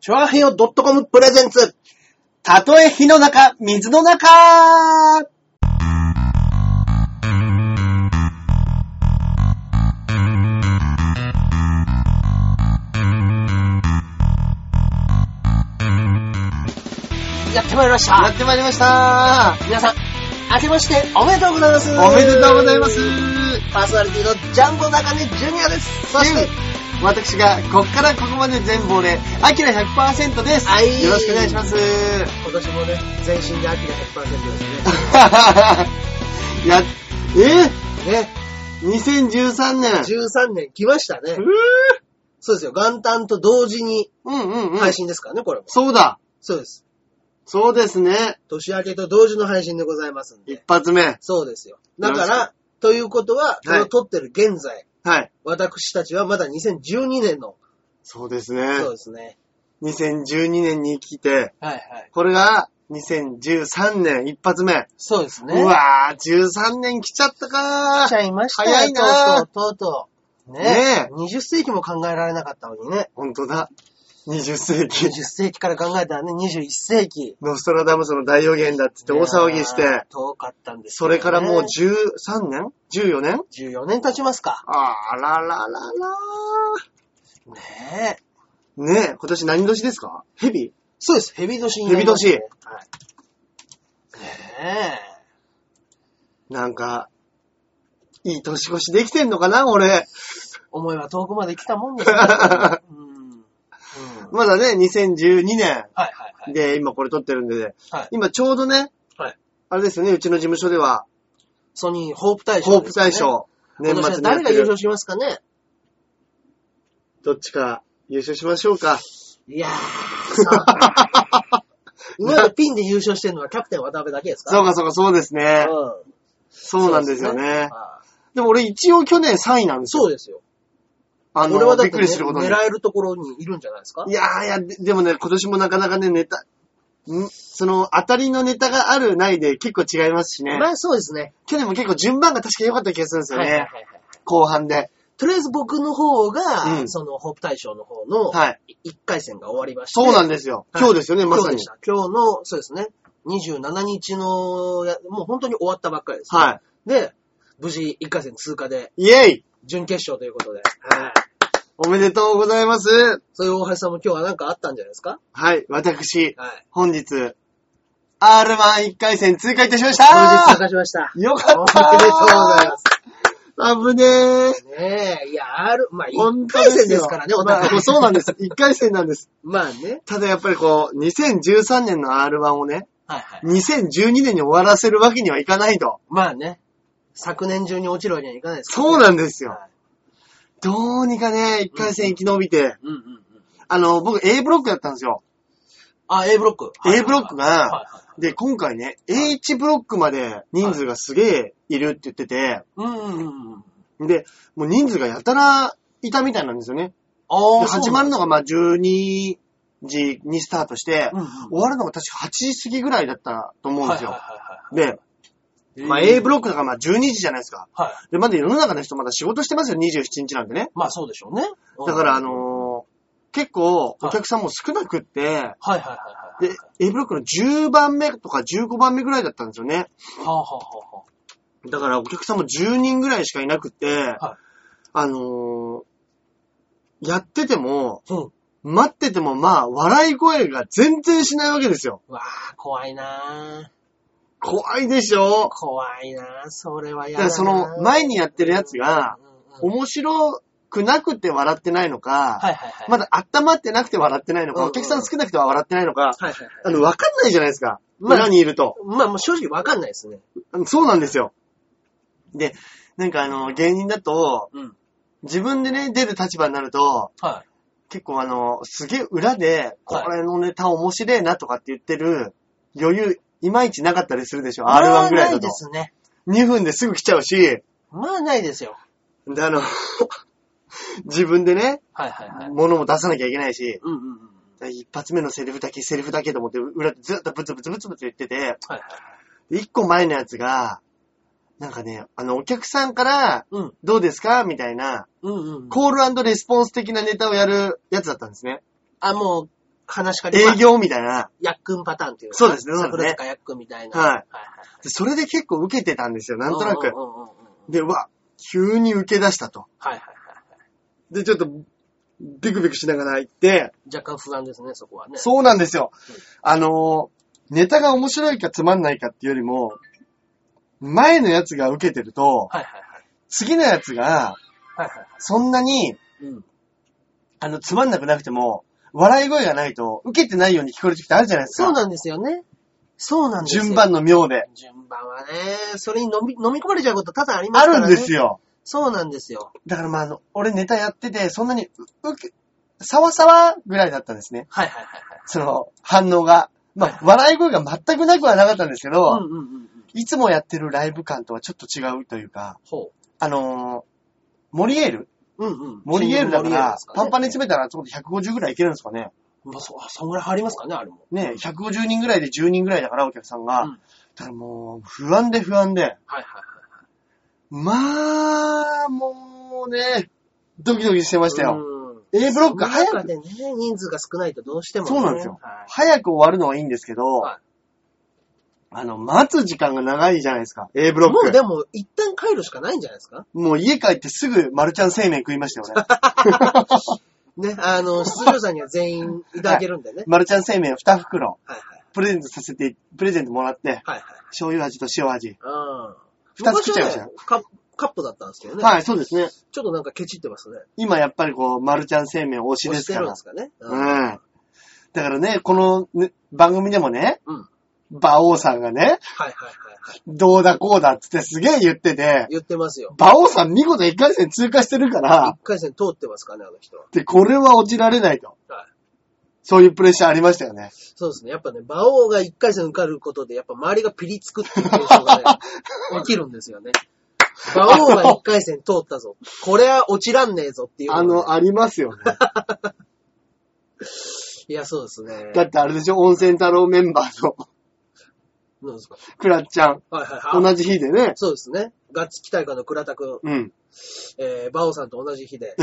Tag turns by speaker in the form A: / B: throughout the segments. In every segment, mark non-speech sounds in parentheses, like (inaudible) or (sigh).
A: チョアヘヨ .com プレゼンツ。たとえ火の中、水の中やってまいりまし
B: や
A: た
B: っ。てまいりました
A: 皆さん、明けましておめでとうございます。
B: おめでとうございます
A: パーソナリティのジャンボ中根ジュニアです。そして、
B: 私が、こっからここまで全部俺、アキラ100%です、
A: はい
B: よろしくお願いします。 (laughs)
A: 今年もね、全身で秋が100%ですね。
B: や、え
A: ね、
B: ?2013 年。
A: 13年来ましたね
B: う。
A: そうですよ。元旦と同時に
B: うんうんうん。
A: 配信ですからね、これも。
B: そうだ。
A: そうです。
B: そうですね。
A: 年明けと同時の配信でございますん
B: 一
A: で。
B: 発目。
A: そうですよ。だ
B: よ
A: か
B: ろ
A: ら、ということは、これを撮ってる現在、
B: はい。
A: 私たちはまだ2012年の、
B: そうです
A: そう
B: ね。
A: ですね。
B: 2012年に来て、
A: はいはい。
B: これが2013年一発目。
A: そうです
B: うわぁ、13年来ちゃったか
A: 来ちゃいましたよ
B: 早いな
A: とうとう、とうとう。ね
B: ね
A: え。20世紀も考えられなかったのにね。
B: ほんとだ。20世紀
A: 20。世紀から考えたらね、21世紀。
B: ノストラダムスの大予言だっつって大騒ぎし
A: いやー
B: て、
A: 遠かったんです
B: それからもう
A: ね
B: 13年 ?14 年
A: 14年経ちますか。
B: あらららら
A: ねえ。
B: ねえ、今年何年ですかヘビ
A: そうです。ヘビ年になりましたね。
B: 蛇
A: はい。ね
B: なんか、いい年越しできてんのかな俺。 (laughs)
A: え。思いは遠くまで来たもんですね。うん。うん。
B: まだね、2012年。
A: はいはいはい。
B: で、今これ撮ってるんで、
A: はい
B: 今ちょうどね、
A: はい
B: あれですよね、うちの事務所では、
A: ソニーホープ大賞、
B: ホープ大。賞、
A: 年
B: 年末
A: 末
B: にや
A: 誰
B: っ
A: が
B: て
A: 優
B: る
A: 勝しますかね
B: どっちか優勝しましょう
A: (laughs)
B: か。
A: いやー、そうか今までピンで優勝してるのはキャプテン渡辺だけですか
B: (laughs) そうかそうか、そうですね。
A: うん
B: そうなんですよね。
A: あー
B: でも俺一応去年3位なんですよ。
A: そうですよ。
B: あの、
A: 俺はだっ、
B: びってく
A: ね、
B: りすることに。
A: 狙えるところにいるんじゃないですか
B: いやーいや、ででもね、今年もなかなかね、ネタ、んその、当たりのネタがあるないで結構違いますしね。
A: まあそうですね。
B: 去年も結構順番が確か良かった気がするんですよね。後半で。
A: とりあえず僕の方が、
B: うん
A: その、ホープ大賞の方の、
B: はい。
A: 1回戦が終わりまして。
B: そうなん
A: で
B: ですよ。
A: はい
B: 今日ですよね、まさ
A: 今日
B: に
A: でし。た。今日の、そうですね。27日のや、もう本当に終わったばっかりです。。
B: はい
A: で、無事1回戦通過で、
B: い。イェイ
A: 準決勝ということで。はい。
B: おめでとうございます。
A: そういう大橋さんも今日は何かあったんじゃないですか
B: はい、私、
A: はい。
B: 本日、R11 回戦通過いたしまし
A: 無事
B: た
A: 通過しました。
B: よかった
A: おめでとうございます。
B: あぶねー。
A: ねえ、いや、ある、まあ、
B: 本当
A: 1回戦ですからね、
B: よ
A: お
B: ま
A: 互
B: あ
A: い。
B: そうなんです。1回戦なんです。
A: (laughs) まあね。
B: ただやっぱりこう、2013年の R1 をね、
A: はいはい。
B: 2012年に終わらせるわけにはいかないと。
A: まあね。昨年中に落ちるわけにはいかないですからね
B: そうなんですよ
A: は。い
B: どうにかね、1回戦生き延びて、
A: うんうんうん。
B: あの、僕 A ブロックだったんですよ。
A: あ、A ブロック。
B: A ブロック
A: は
B: が、で、今回ね、H ブロックまで人数がすげえいるって言ってて、
A: いはいはい。うんうんうん。
B: で、もう人数がやたらいたみたいなんですよね。
A: あ
B: で
A: あ、
B: 始まるの
A: の
B: がまあ12時にスタートして、
A: うんうん
B: 終わるのが確か8時過ぎぐらいだったと思うんですよ。
A: はいは
B: で、
A: いはいはい。
B: まあ A ブロックだからまあ12時じゃないですか。
A: はい。
B: で、まだ世の中の人まだ仕事してますよ、27日なんでね。
A: まあそうでしょうね。
B: だからあ、のー結構お客さんも少なくって、
A: はいはいはいはい。
B: で、A ブロックの10番目とか15番目ぐらいだったんですよね。
A: はあはあはあは
B: だからお客さんも10人ぐらいしかいなくって、
A: は
B: あのーやってても、
A: あ。うん。
B: 待っててもまあ、笑い声が全然しないわけですよ。
A: うわあ、怖いなあ
B: 怖いでしょ
A: 怖いなあそれは
B: だ
A: や
B: か
A: だな
B: ら
A: あ
B: その、前にやってるやつが、
A: うんうんうん
B: 面白くなくて笑ってないのか、
A: はいはいはい。
B: まだ温まってなくて笑ってないのか、
A: うんうん
B: お客さん少なくては笑ってないのか、
A: はいはいはい。
B: あの、わかんないじゃないですか。
A: まあ
B: 裏にいると。
A: まあもう正直わかんないですね。
B: そうなんですよ。で、なんかあの、芸人だと、
A: うん。
B: 自分でね、出る立場になると、
A: はい。
B: 結構あの、すげえ裏で、これのネタ面白えなとかって言ってる余裕、いまいちなかったりするでしょ ?R1 ぐらい
A: まあな
B: だ
A: い
B: と
A: で。すね。
B: 2分ですぐ来ちゃうし、
A: まあないですよ。
B: で、あの、 (laughs) 自分でね、
A: はいはいはい。
B: 物も出さなきゃいけないし、
A: うんうんうん。
B: 一発目のセリフだけ、セリフだけと思って、裏でずっとブツブツブツブツ言ってて、
A: はいはいはい。
B: で一個前のやつが、なんかね、あの、お客さんから、
A: うん。
B: どうですかみたいな、
A: うんうんうん。
B: コールレスポンス的なネタをやるやつだったんですね。
A: あ、もう、話しかけ
B: 営業みたいな。
A: ヤックンパターンっていうの
B: そうですねそうですね
A: 桜塚ヤックンみたいな。
B: はい
A: いい。
B: でそれで結構受けてたんですよ、なんとな
A: う
B: く
A: ん。うんうんうんうん
B: で、うわ、急に受け出したと。
A: はいはいはい。
B: で、ちょっと、ビクビクしながら行って、
A: 若干不安ですね、そこはね。
B: そうなんですよ
A: うん。
B: あのー、ネタが面白いかつまんないかっていうよりも、前のやつが受けてると、
A: はいはいはい。
B: 次のやつが、
A: はいはいは
B: そんなに、
A: い。うん。
B: あの、つまんなくなくても、笑い声がないと、受けてないように聞こえる時ってあるじゃないですか。
A: そうなんですよね。そうなんですよ。
B: 順番。の妙で。
A: 順番はね、それに飲み、飲み込まれちゃうこと多々あります
B: あ
A: からね。
B: るんですよ。
A: そうなんですよ。
B: だからまあ、あの、俺ネタやってて、そんなに、う、うけ、さわさわぐらいだったんですね。
A: はいはいはいはい。
B: その、反応が。ま
A: はい
B: あ、笑い声が全くなくはなかったんですけど、
A: うんうんうんうん。
B: いつもやってるライブ感とはちょっと違うというか、
A: ほ
B: あのーモリエール
A: う。うんうん。
B: モリエールだから、パンパンに
A: に
B: 詰めたら、そこで150ぐらいいけるんですかね。
A: まあ、そ、あそんぐらい入りますかね、あれも。
B: ね、150人ぐらいで10人ぐらいだから、お客さんが。
A: うん
B: だからもう、不安で不安で。
A: はいはいはい。
B: まあ、もうね、ドキドキしてましたよ。
A: よ。
B: A ブロック早
A: 中
B: く、
A: でね、人数が少ないとどうしてもね。
B: そうなんですよ
A: は
B: 早く終わるのはいいんですけど、
A: はい
B: あの、待つ時間が長いじゃないですか。A ブロ
A: い。
B: ック。
A: もうでも、一旦帰るしかないんじゃないですか
B: もう家帰ってすぐマルちゃん製麺食いましたよね。
A: ね、あの、出場者には全員いただけるんでね。
B: マルちゃん製麺2袋、
A: はいはい。
B: プレゼントさせて、プレゼントもらって、
A: はいはい。
B: 醤油味と塩味。
A: うん。
B: 二つ食っちゃいました
A: 昔はねカップカップだったんですけどね。
B: はい、そうですね。
A: ちょっとなんかケチってますね。
B: 今やっぱりこう、マルちゃん製麺推しで
A: 押し
B: す
A: て
B: か
A: るんで
B: ら。
A: すかね。う。
B: うんん。だからね、このね番組でもね、
A: うん
B: 馬王さんがね、
A: はいはいはいはい。
B: どうだこうだっつってすげえ言ってて、
A: 言ってますよ。
B: 馬王さん見事一回戦通過してるから
A: 一、回戦通ってますからね、あの人は。
B: で、これは落ちられないと。
A: はい
B: そういうプレッシャーありましたよね。
A: そうですね。やっぱね、馬王が一回戦受かることで、やっぱ周りがピリつくっていう現
B: (laughs)
A: 象がね、起きるんですよね。馬王が一回戦通ったぞ。これは落ちらんねえぞっていう
B: あ
A: のがね、
B: の、ありますよね。
A: いや、そうです
B: (laughs)
A: ね。
B: だってあれでしょ、温泉太郎メンバーの
A: なんですか
B: (laughs) クラッちゃん。
A: はいはいはい。
B: 同じ日でね。
A: そうですね。ガッツ期待下の倉田くん、
B: うん。
A: えー、馬王さんと同じ日
B: (laughs)
A: で、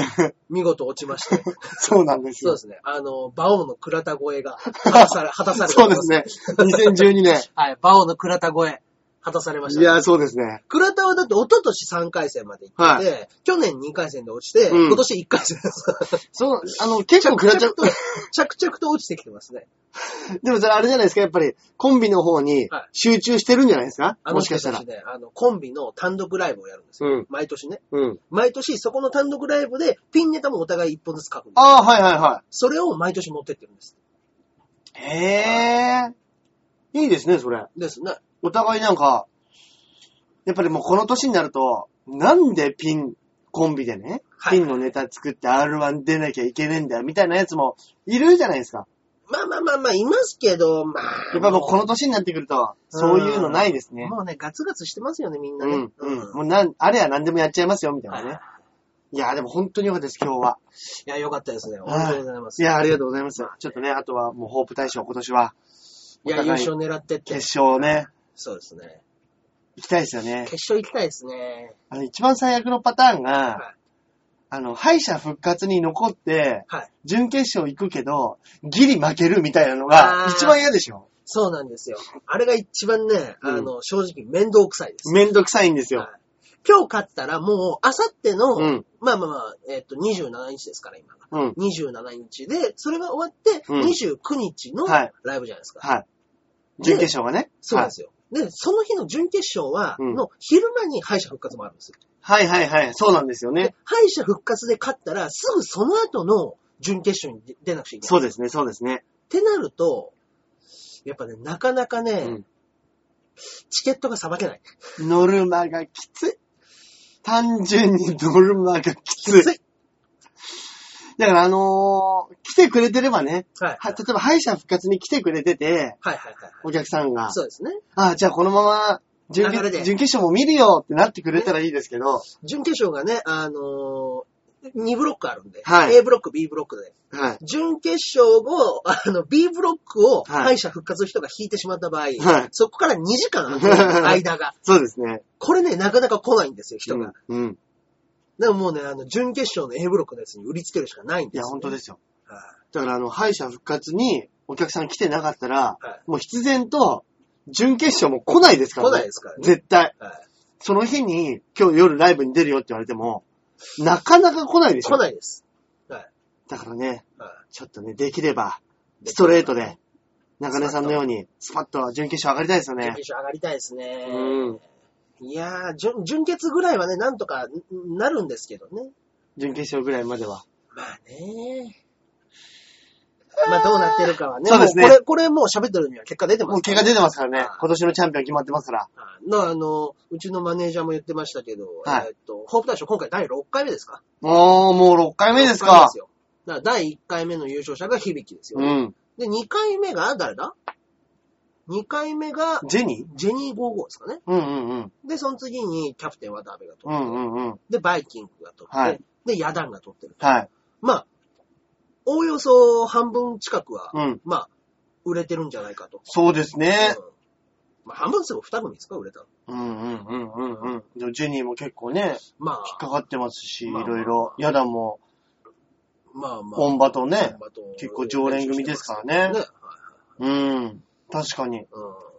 A: 見事落ちまして。
B: そうなんです
A: そう
B: よ
A: で。すね。あの、馬王の倉田越えが、果
B: (laughs)
A: たされ、果たされて
B: そ
A: お
B: う
A: り
B: で
A: ます
B: す。ね。2012年。
A: はい、馬王の倉田越え、果たされました
B: い
A: ね、
B: や、そうですね。
A: 倉田はだって一昨年3回戦まで行ってて、去年2回戦で落ちて、
B: うん
A: 今年1回戦です。
B: そう、あの、結構クラッ
A: 着
B: ちゃん
A: 々と、着々と落ちてきてますね。
B: (laughs) でもそれあれじゃないですか、やっぱり、コンビの方に
A: はい
B: 集中してるんじゃないですか、
A: あの
B: もし
A: 人
B: かした
A: た
B: ら
A: ち。ね、あの、コンビの単独ライブをやるんですよ。
B: うん
A: 毎年ね。
B: うん。
A: 毎年そこの単独ライブでピンネタもお互い1本ずつ書くんですよ
B: ああ、はいはいは
A: それを毎年持ってってるんです。
B: い。へえ。いいですね、それ。
A: ですね。
B: お互いなんか、やっぱりもうこの年になると、なんでピン、コンビでね、
A: はい
B: ピンのネタ作って R1 出なきゃいけねえんだよ、みたいなやつもいるじゃないですか。
A: まあまあまあまあ、いますけど、まあ。
B: やっぱりもうこの年になってくると、そういうのないですね。
A: もうね、ガツガツしてますよね、みんな
B: う
A: ね。
B: ん、うん。もうなん、あれは何でもやっちゃいますよ、みたいな
A: はい
B: ね。いやー、でも本当に良かったです、今日は。
A: いや、よかったですね。おめでとうございます。
B: いやー、ありがとうございます。ちょっとね、あとはもうホープ大賞、今年は。
A: いや、
B: お
A: 優
B: 互い
A: 勝狙ってって。
B: 決勝ね、
A: そうですね。
B: 行きたいですよね
A: 決。勝行きたいですね。
B: あの、一番最悪のパターン
A: は
B: が
A: い、
B: あの、敗者復活に残って、
A: はい。
B: 準決勝行くけど、ギリ負けるみたいなのが
A: あー、
B: 一番嫌でしょ
A: そうなんですよ。あれが一番ね、
B: う
A: あ
B: ん
A: の、正直面倒くさいです。
B: めんどくさいんですよ
A: は。い今日勝ったらもう、あさっての、
B: うん
A: まあまあまあ、えっ、と、27日ですから、今が。
B: うん。
A: 27日で、それが終わって、
B: うん
A: 29日の
B: はい
A: ライブじゃないですか。
B: はい。準決勝がね。
A: そうなんですよ。で、その日の準決勝は、
B: うん
A: の昼間に敗者復活もあるんですよ。
B: はいはいはいはい。そうなんですよね
A: で。敗者復活で勝ったら、すぐその後の準決勝に出出なくちゃいけない。
B: そうですね、そうですね。
A: ってなると、やっぱね、なかなかね、
B: うん
A: チケットがさばけない。
B: ノルマがきつい。単純にノルマがきつい。
A: つい
B: だからあのー来てくれてればね、
A: はい。
B: は例えば敗者復活に来てくれてて、
A: はいはいはい。
B: お客さんが、
A: そうですね。
B: あじゃあこのまま準
A: 流れ
B: 決
A: で
B: 準決勝も見るよってなってくれたらいいですけど、
A: 準決勝がね、あのー、2ブロックあるんで、
B: はい
A: A ブロック、B ブロックで。
B: はい。
A: 準決勝後、あの、B ブロックを
B: はい
A: 敗者復活の人が引いてしまった場合、
B: はい
A: そこから2時間空
B: (laughs)
A: くんです間が。
B: そうですね。
A: これね、なかなか来ないんですよ、人
B: う
A: が。
B: ん。うん。
A: でももうね、あの、準決勝の A ブロックのやつに売りつけるしかないん
B: い
A: です
B: や、
A: よ、
B: 本当ですよ。
A: はい。
B: だだからあの、敗者復活にお客さん来てなかったら、
A: は
B: もう必然と、準決勝も来ないですから
A: 来ないですからね
B: 絶対。
A: はい。
B: その日に、今日夜ライブに出るよって言われても、なかなか来ないでしょ。
A: 来ないです。はい。
B: だからね、
A: は
B: ちょっとね、できれば、
A: い
B: ストレートで、中根さんのように、スパッと準決勝上がりたいですよ
A: 準
B: ね。
A: 決勝上がりたいですね。
B: うん
A: いやー、準、準決ぐらいはね、なんとかんなるんですけどね。
B: 準決勝ぐらいまでは。
A: まあね。まあどうなってるかはね。
B: そうですね
A: もこれ、これもう喋ってるには結果出てま
B: もう
A: すか
B: 結
A: ら。
B: 果出てますからね
A: はい。
B: 今年のチャンピオン決まってますから。
A: はいの、あの、うちのマネージャーも言ってましたけど、
B: はい
A: えーっと、ホープ大賞今回第6回目ですか
B: もう、もう6回目ですか。
A: よだから第1回目の優勝者が響きですよ
B: う
A: ね。
B: ん。
A: で、2回目が誰だ ?2 回目が
B: ジェニー
A: ジェニー55ですかね。
B: うんうんうん。
A: で、その次にキャプテン渡辺が取
B: う
A: って、
B: んうんうん。
A: で、バイキングが取って、
B: はい
A: で、ヤダンが取ってる。
B: はい。
A: まあ、おおよそ半分近くは、
B: うん。
A: まあ、売れてるんじゃないかと。
B: そうですね。
A: うんまあ、半分すぐ2組ですか、売れたの。
B: うんうんうんうんうん。でもジェニーも結構ね、
A: ま
B: 引っ
A: あ、
B: かかってますし、い
A: まあ
B: ろいろ。ヤダも、
A: まあまあ。
B: オンバとね
A: オンバと
B: 結構常連組ですからね
A: ねはい
B: うん。確かに。
A: うん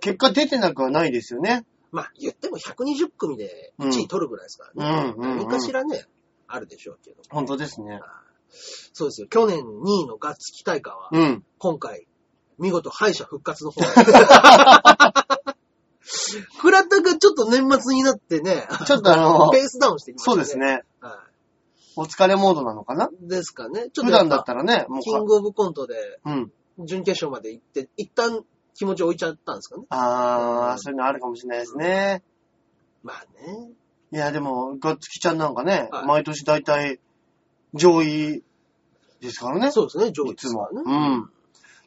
B: 結果出てなくはないですよね。
A: まあ、言っても120組で1位取るぐらいですからね。
B: うんうんうんうん
A: 何かしらね、あるでしょうけど。
B: 本当ですね。
A: そうですよ。去年2位のガッツ期待感は、
B: うん。
A: 今回、見事敗者復活の
B: (laughs)
A: 方。倉田がちょっと年末になってね、
B: ちょっとあの
A: ペ、ースダウンしてきました
B: そ
A: ね。
B: うです。ね。
A: は。
B: お疲れモードなのかない
A: ですかね。ちょっ
B: 普
A: とやっ
B: 段だ
A: ぱ
B: っ、たらね、もう
A: キン
B: か、
A: グオブコントで
B: うん。
A: 準決勝まで行って、一旦気持ち置いちゃったんですかね。
B: あー、そういうのあるかもしれないですね。
A: まあね。
B: いや、でも、ガッツキちゃんなんかね、
A: はい
B: 毎年大体、上位ですからね。
A: そうですね、上位
B: い
A: で
B: つ
A: すか
B: も。
A: らね。
B: うん。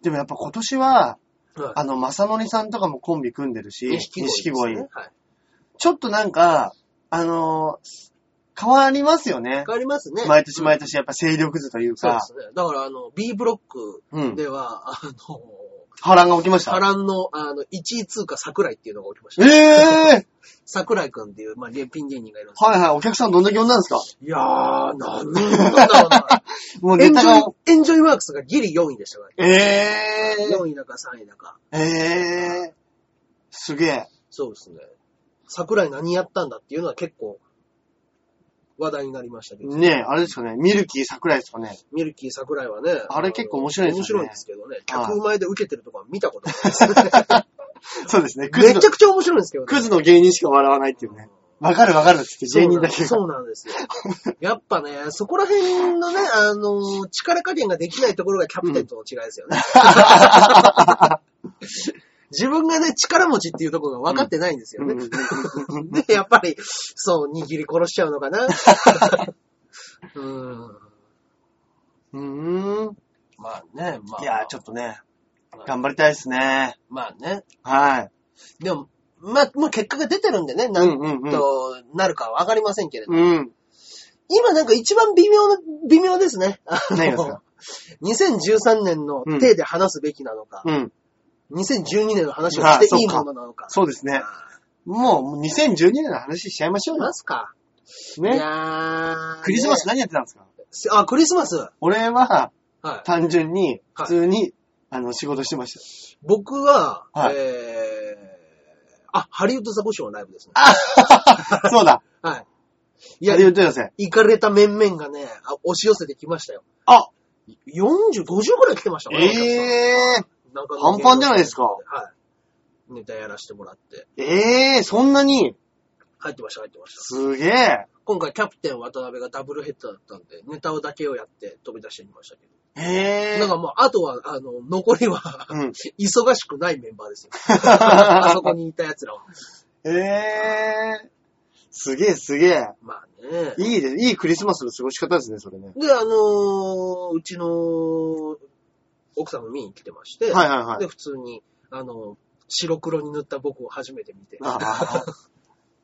B: でもやっぱ今年は、
A: はい
B: あの、まさのりさんとかもコンビ組んでるし、
A: 錦鯉ですね。
B: 錦
A: はい。
B: ちょっとなんか、あのー変わりますよね
A: 変。わりますね。
B: 毎年毎年やっぱ勢力図という
A: そうで
B: か、
A: すね。だから、あの、B ブロック
B: うん。
A: では、あの、
B: 波乱が起きました
A: 波。乱の、あの、1位通過桜井っていうのが起きました。
B: ええ
A: 桜井くんっていう、まあ、レピン芸人がいるんです
B: はいはい、お客さんどんだけ呼んだんですか
A: けどいやー、何人なんだろうな。
B: もう
A: (laughs)
B: ネ
A: エンジ
B: タ
A: ョイ
B: が、、
A: エンジョイワークスがギリ4位でしたから、
B: ええー。
A: 4位だか3位だか。
B: ええー、すげえ。
A: そうですね。桜井何やったんだっていうのは結構、話題になりましたけど、
B: ねえ、あれですかね、ミルキー桜井ですかね。
A: ミルキー桜井はね。
B: あれ結構面白いですよね
A: 面白いんですけどね。
B: はい
A: 客前で受けてるとか見たこ
B: (laughs)
A: とないです。
B: そうですね、クズ
A: め
B: の
A: ち、ゃくちゃ面白いんですけどね。
B: クズの芸人しか笑わないっていうね。わかるわかるって言って芸人だけが。
A: そうなんですよ。やっぱね、そこら辺のね、あの、力加減ができないところがキャプテンとの違いですよね。 (laughs) 自分がね、力持ちっていうところが分かってないんですよね。 (laughs) で、やっぱり、そう、握り殺しちゃうの
B: (laughs)
A: かな。うん。
B: うん。うーん。
A: まあね、まあ。
B: いやー、ちょっとね
A: はい、
B: 頑張りたいですね。
A: まあね。
B: はい。
A: でも、まあ、もう結果が出てるんでね、
B: う
A: なんん
B: うんうん。
A: となるかは分かりませんけれど。
B: うん。
A: 今なんか一番微妙な、微妙ですね。
B: 何がですか
A: 2013年の手で話すべきなのか、
B: うん。
A: 2012年の話をしていいものなのか。
B: そうですね。もう2012年の話しちゃいましょう
A: し
B: よ
A: ま。すか。い
B: ね。
A: やー
B: クリスマス何やってたんですか
A: あ、クリスマス。
B: 俺は、
A: はい。
B: 単純に、普通に、あの、仕事してました。
A: 僕は、
B: はい
A: えー、あ、ハリウッドザコショウのライブですね。
B: そうだ。
A: はい。 (laughs) い
B: いや、
A: や
B: ハリ、ウッド寄せ。
A: 行かれた面々がね、あ押し寄せてきましたよ。
B: あ
A: 40、50くらい来てましたから
B: ええ
A: なんか
B: パンパンじゃないですか
A: はい。ネタやらせてもらって。
B: ええそんなに
A: 入ってました、入ってました。
B: すげえ。
A: 今回キャプテン渡辺がダブルヘッダーだったんで、ネタをだけをやって飛び出してみましたけど。
B: ええ、
A: なんかもう、あとは、あの、残りは (laughs)
B: うん。
A: 忙しくないメンバ
B: (laughs)
A: ーですよ。あそこにいた奴らは。
B: ええすげえすげえ。
A: まあね。
B: いいで、いいクリスマスの過ごし方ですね、それね。
A: で、あのーうちの奥さんも見に来てまして、
B: はいはいはい
A: で、普通に、あの、白黒に塗った僕を初めて見て、
B: ああ。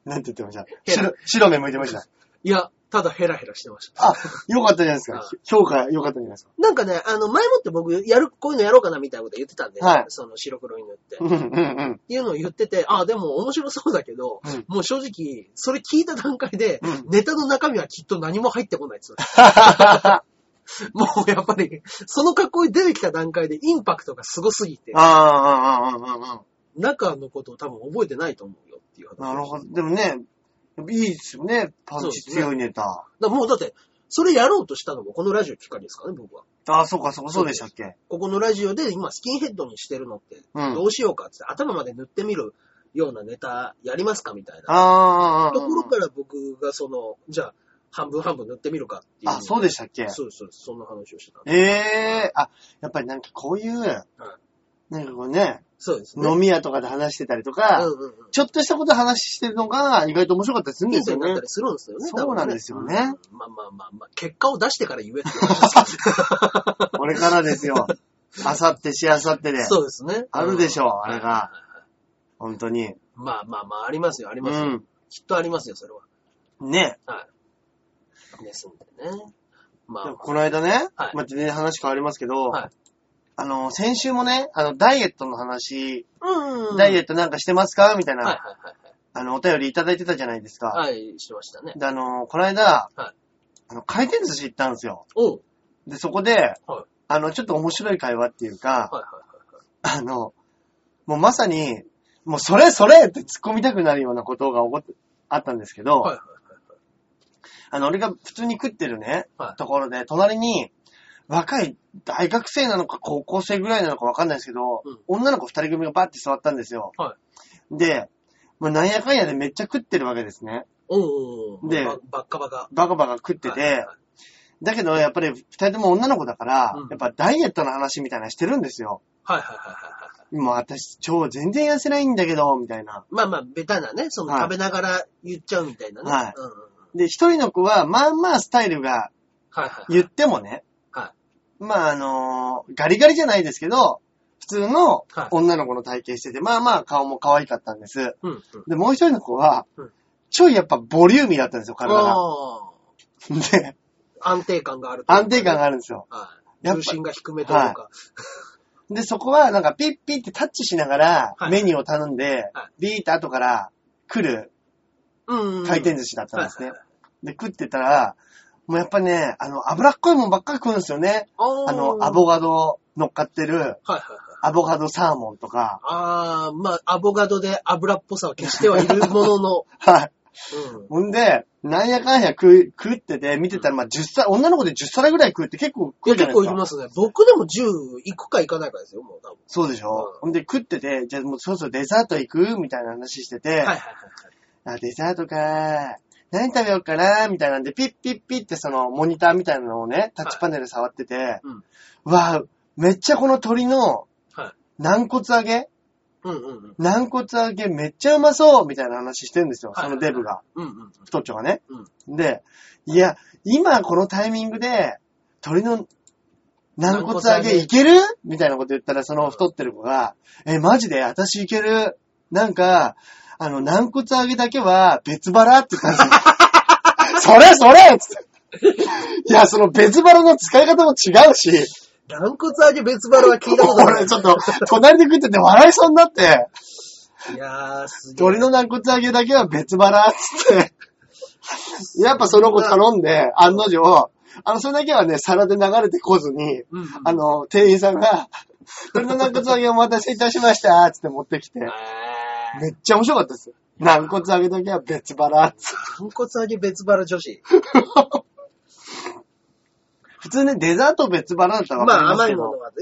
B: なんて言ってました白、白目向いてました。
A: いや、ただヘラヘラしてました。
B: あ、よかったじゃないですか
A: あ。
B: 評価良かったじゃないですか。
A: なんかね、あの、前もって僕、やる、こういうのやろうかなみたいなこと言ってたんで、
B: はい
A: その白黒に塗って。
B: うんうんうん。
A: っていうのを言ってて、ああ、でも面白そうだけど、
B: うん
A: もう正直、それ聞いた段階で、
B: うん (laughs)
A: ネタの中身はきっと何も入ってこないっつうのもうやっぱり、その格好に出てきた段階でインパクトがすごすぎて、
B: ああ、ああ、ああ、あ
A: 中のことを多分覚えてないと思うよっていう話。
B: あ。なるほど。でもね、いいですよね。パンチ強いネタ。
A: だからもうだって、それやろうとしたのもこのラジオきっかけですからね、僕は。
B: ああ、そうか、そうか、そうでしたっけ。
A: ここのラジオで今スキンヘッドにしてるのって、
B: うん
A: どうしようかって、頭まで塗ってみるようなネタやりますかみたい
B: あ
A: な。
B: あ、ああ、あ
A: ところから僕がその、じゃあ、半分半分塗ってみるかっていう。
B: ああ、そうでしたっけ。
A: そうですそうです。そんな話をしてたんで。
B: ええあ、やっぱりなんかこういう、なんかこうね、
A: そうですね。
B: 飲み屋とかで話してたりとか、
A: うんうんうん。
B: ちょっとしたこと話してるのが意外と面白かったりするん
A: ヒ
B: で
A: ン
B: す
A: ト
B: よ
A: になっ
B: ね
A: た。りするんですよね。
B: そうなんですよね
A: 多分うんまあまあまあまあ、結果を出してから言えって話ですけ
B: これからですよ。
A: (laughs)
B: あさってしあさってで
A: ど。。 (laughs) そうですね。
B: あるでしょう
A: うん
B: あれが。本当に。
A: まあまあまあ、ありますよ、あり
B: う
A: ますよ。
B: ん。
A: きっとありますよ、それは。
B: ね。
A: ですんでね。まあ
B: でも
A: まあ、
B: この間ね、
A: はい
B: まあ全然話変わりますけど、
A: はい
B: あの、先週もね、あの、ダイエットの話、
A: うん
B: ダイエ
A: ッ
B: ットなんかしてますかみたいな、
A: はいはい
B: あの、お便りいただいてたじゃないですか。
A: はいはい。はい、してましたね。
B: で、あの、この間、
A: はい
B: あの、回転寿司行ったんですよ。
A: おう。
B: で、そこで、
A: はい
B: あの、ちょっと面白い会話っていうか、
A: はいはいはい。
B: あの、もうまさに、もうそれそれって突っ込みたくなるようなことが起こっあったんですけど、
A: はいはい
B: あの、俺が普通に食ってるね、
A: はい
B: ところで、隣に、若い大学生なのか高校生ぐらいなのかわかんないですけど、
A: うん
B: 女の子二人組がバーって座ったんですよ。
A: は
B: で、まあ、なんやかんやでめっちゃ食ってるわけですね。
A: おうおうおう。
B: で
A: ばばっかばか。
B: バカバカ食ってて、
A: はいはいはい
B: だけどやっぱり二人とも女の子だから、
A: うん
B: やっぱダイエットの話みたいなのしてるんですよ。
A: はいはいはいはいはい。
B: もう私超全然痩せないんだけど、みたいな。
A: まあまあ、ベタなね、その
B: はい
A: 食べながら言っちゃうみたいなね。
B: はい
A: うんうんうん
B: で、一人の子はまあまあスタイルが
A: はいはいはい。
B: 言ってもね、
A: は
B: まああのーガリガリじゃないですけど、普通の
A: はい
B: 女の子の体型してて、まあまあ顔も可愛かったんです。
A: うんうん。
B: で、もう一人の子は
A: うん、
B: ちょいやっぱボリューミーだったんですよ、体が。
A: あ
B: で、
A: あ安定感があるというかね。
B: 安定感があるんですよ。
A: はい。
B: やっぱ
A: 重心が低めというか。
B: で、そこはなんかピッピッってタッチしながら
A: はい
B: メニューを頼んで
A: は、
B: ビーって後から来る
A: うんうん。
B: 回転寿司だったんですね
A: はい。
B: で、食ってたら、もうやっぱね、あの、脂っこいもんばっかり食うんですよね。あ
A: あ
B: の、ア
A: はい
B: ボカド乗っかってる、
A: はいはい。
B: アボカドサーモンとか、
A: ああ、まあ、アボカドで油っぽさは消してはいるものの。
B: はい。 (laughs)
A: うん。
B: ほんで、なんやかんや食い食ってて、見てたら、まあ、10皿、女の子で10皿ぐらい食うって結構
A: い
B: 食
A: や、
B: うじゃ
A: 結
B: ないで
A: 構
B: す
A: いり
B: か。
A: ますね。僕でも10行くか行かないかですよ、もう多分。
B: そうでしょ、
A: うん
B: ほんで食ってて、じゃあもうそろそろデザート行くみたいな話してて、
A: はいはいはい
B: あ、デザートかー。何食べようかなーみたいなんで、ピッピッピッってそのモニターみたいなのをね、タッチパネル触ってて、
A: うん
B: わー、めっちゃこの鶏の
A: はい。はい。
B: 軟骨揚げ
A: うんうんうん。
B: 軟骨揚げめっちゃうまそうみたいな話してるんですよ。
A: はい
B: そのデブが。
A: うんうんうん。
B: 太っちょがね。で、いや、今このタイミングで、鳥の軟骨揚げいけるみたいなこと言ったら、その太ってる子が、え、マジで私いけるなんか、あの、軟骨揚げだけは別腹って (laughs) 言ったんですよ。それそれつっていや、その別腹の使い方も違うし、
A: 軟骨揚げ別腹は聞い
B: (laughs)
A: たことな
B: 俺
A: い。
B: ちょっと、隣で食ってて笑いそうになって、
A: いやー、すげえ。
B: 鳥の軟骨揚げだけは別腹っつっ
A: (laughs)
B: て、やっぱその子頼んで、案の定、あの、それだけはね、皿で流れてこずに、
A: うんうん、
B: あの、店員さんが、鳥の軟骨揚げお待たせいたしました、つって持ってきて、
A: え
B: めっちゃ面白かったですよ。軟骨揚げだけは別腹っつって。 (laughs)
A: ー、軟骨揚げ別腹女子。
B: 普通ね、デザート別腹だったらわ
A: ま
B: かり
A: あ、
B: ます
A: 甘い
B: け
A: もの
B: ど、
A: はね、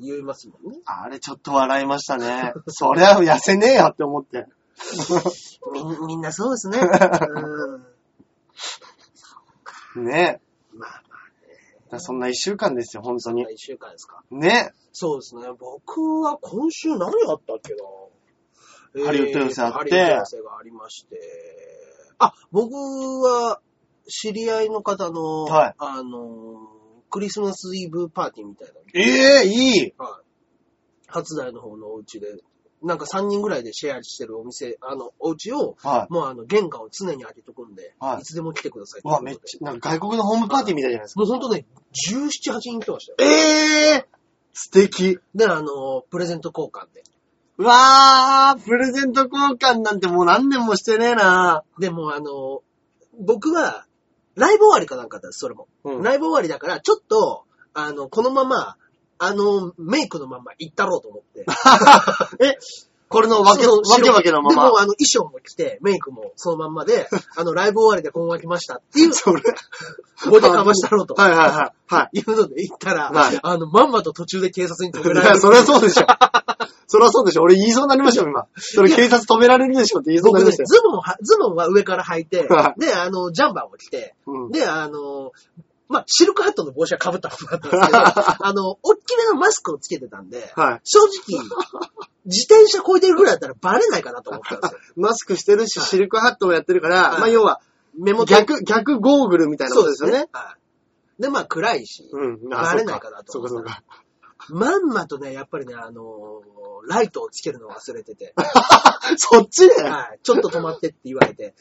A: 言いますもんね。
B: あれちょっと笑いましたね。そりゃ痩せねえよって思って。
A: み、みんなそうですね。うん。
B: ね
A: まあ、
B: え。そんな一週間ですよ、本当に。
A: 一週間ですか。
B: ね
A: そうですね。僕は今週何あったっけなえー
B: ハリウッド寄せあって
A: ハリウッド寄せがありまして。あ、僕は知り合いの方の、
B: はい
A: あの、クリスマスイブパーティーみたいな。
B: え。ええいい。
A: はい。初台の方のお家で、なんか3人ぐらいでシェアしてるお店、あの、お家を、
B: はい。
A: もうあの、玄関を常に開けとくんで、
B: はい
A: い、つでも来てくださいって
B: う
A: い
B: わ、
A: うことで
B: めっちゃ、なんか外国のホームパーティーみたいじゃないですか。
A: もうほんとね、17、8人来てましたよ。
B: ええー、素敵。
A: で、あの、プレゼント交換で。
B: うわー、プレゼント交換なんてもう何年もしてねえな
A: でもうあの、僕はライブ終わりかなんかだ、それも。
B: うん。
A: ライブ終わりだから、ちょっと、あの、このまま、あの、メイクのまま行ったろうと思って。
B: え、これの (laughs) わけ、
A: そ
B: わ
A: う白
B: けわけのま
A: でも、あ
B: ま。
A: の、衣装も着て、メイクもそのまんまで、あの、ライブ終わりでこんわきましたってい
B: (laughs)
A: う、(laughs)
B: それ。
A: ごでかましたろうと。
B: はいはいはい。はい。
A: いうので行ったら、
B: はい
A: あの、まんまと途中で警察に止め
B: い
A: られ
B: や、 (laughs)
A: る。
B: そりゃそうでしょ。そりゃそうでしょ。俺言いそうになりましたよ、今。それ警察止められるでしょって言いそうに
A: 僕
B: なりま
A: ね、
B: した
A: ズ
B: よ。
A: ボンは、ズボンは上から履いて、
B: (laughs) は
A: で、あの、ジャンバーを着て、
B: うん
A: で、あの、まあ、シルクハットの帽子は被ったことだったんですけ
B: (laughs)
A: ど、あの、大きめのマスクをつけてたんで、
B: はい。
A: 正直、自転車超えてるぐらいだったらバレないかなと思った
B: (laughs)
A: んですよ。
B: マスクしてるし、シルクハットもやってるから、
A: はい
B: まあ要は、
A: 目元
B: 逆、逆ゴーグルみたいなことですよね。。
A: はいで、まあ、暗いし、
B: うん。あ
A: バレないかなと
B: そうかそうか。
A: まんまとね、やっぱりね、あのーライトをつけるのを忘れてて、
B: そっちで
A: はい、ちょっと止まってって言われ
B: (laughs)
A: て、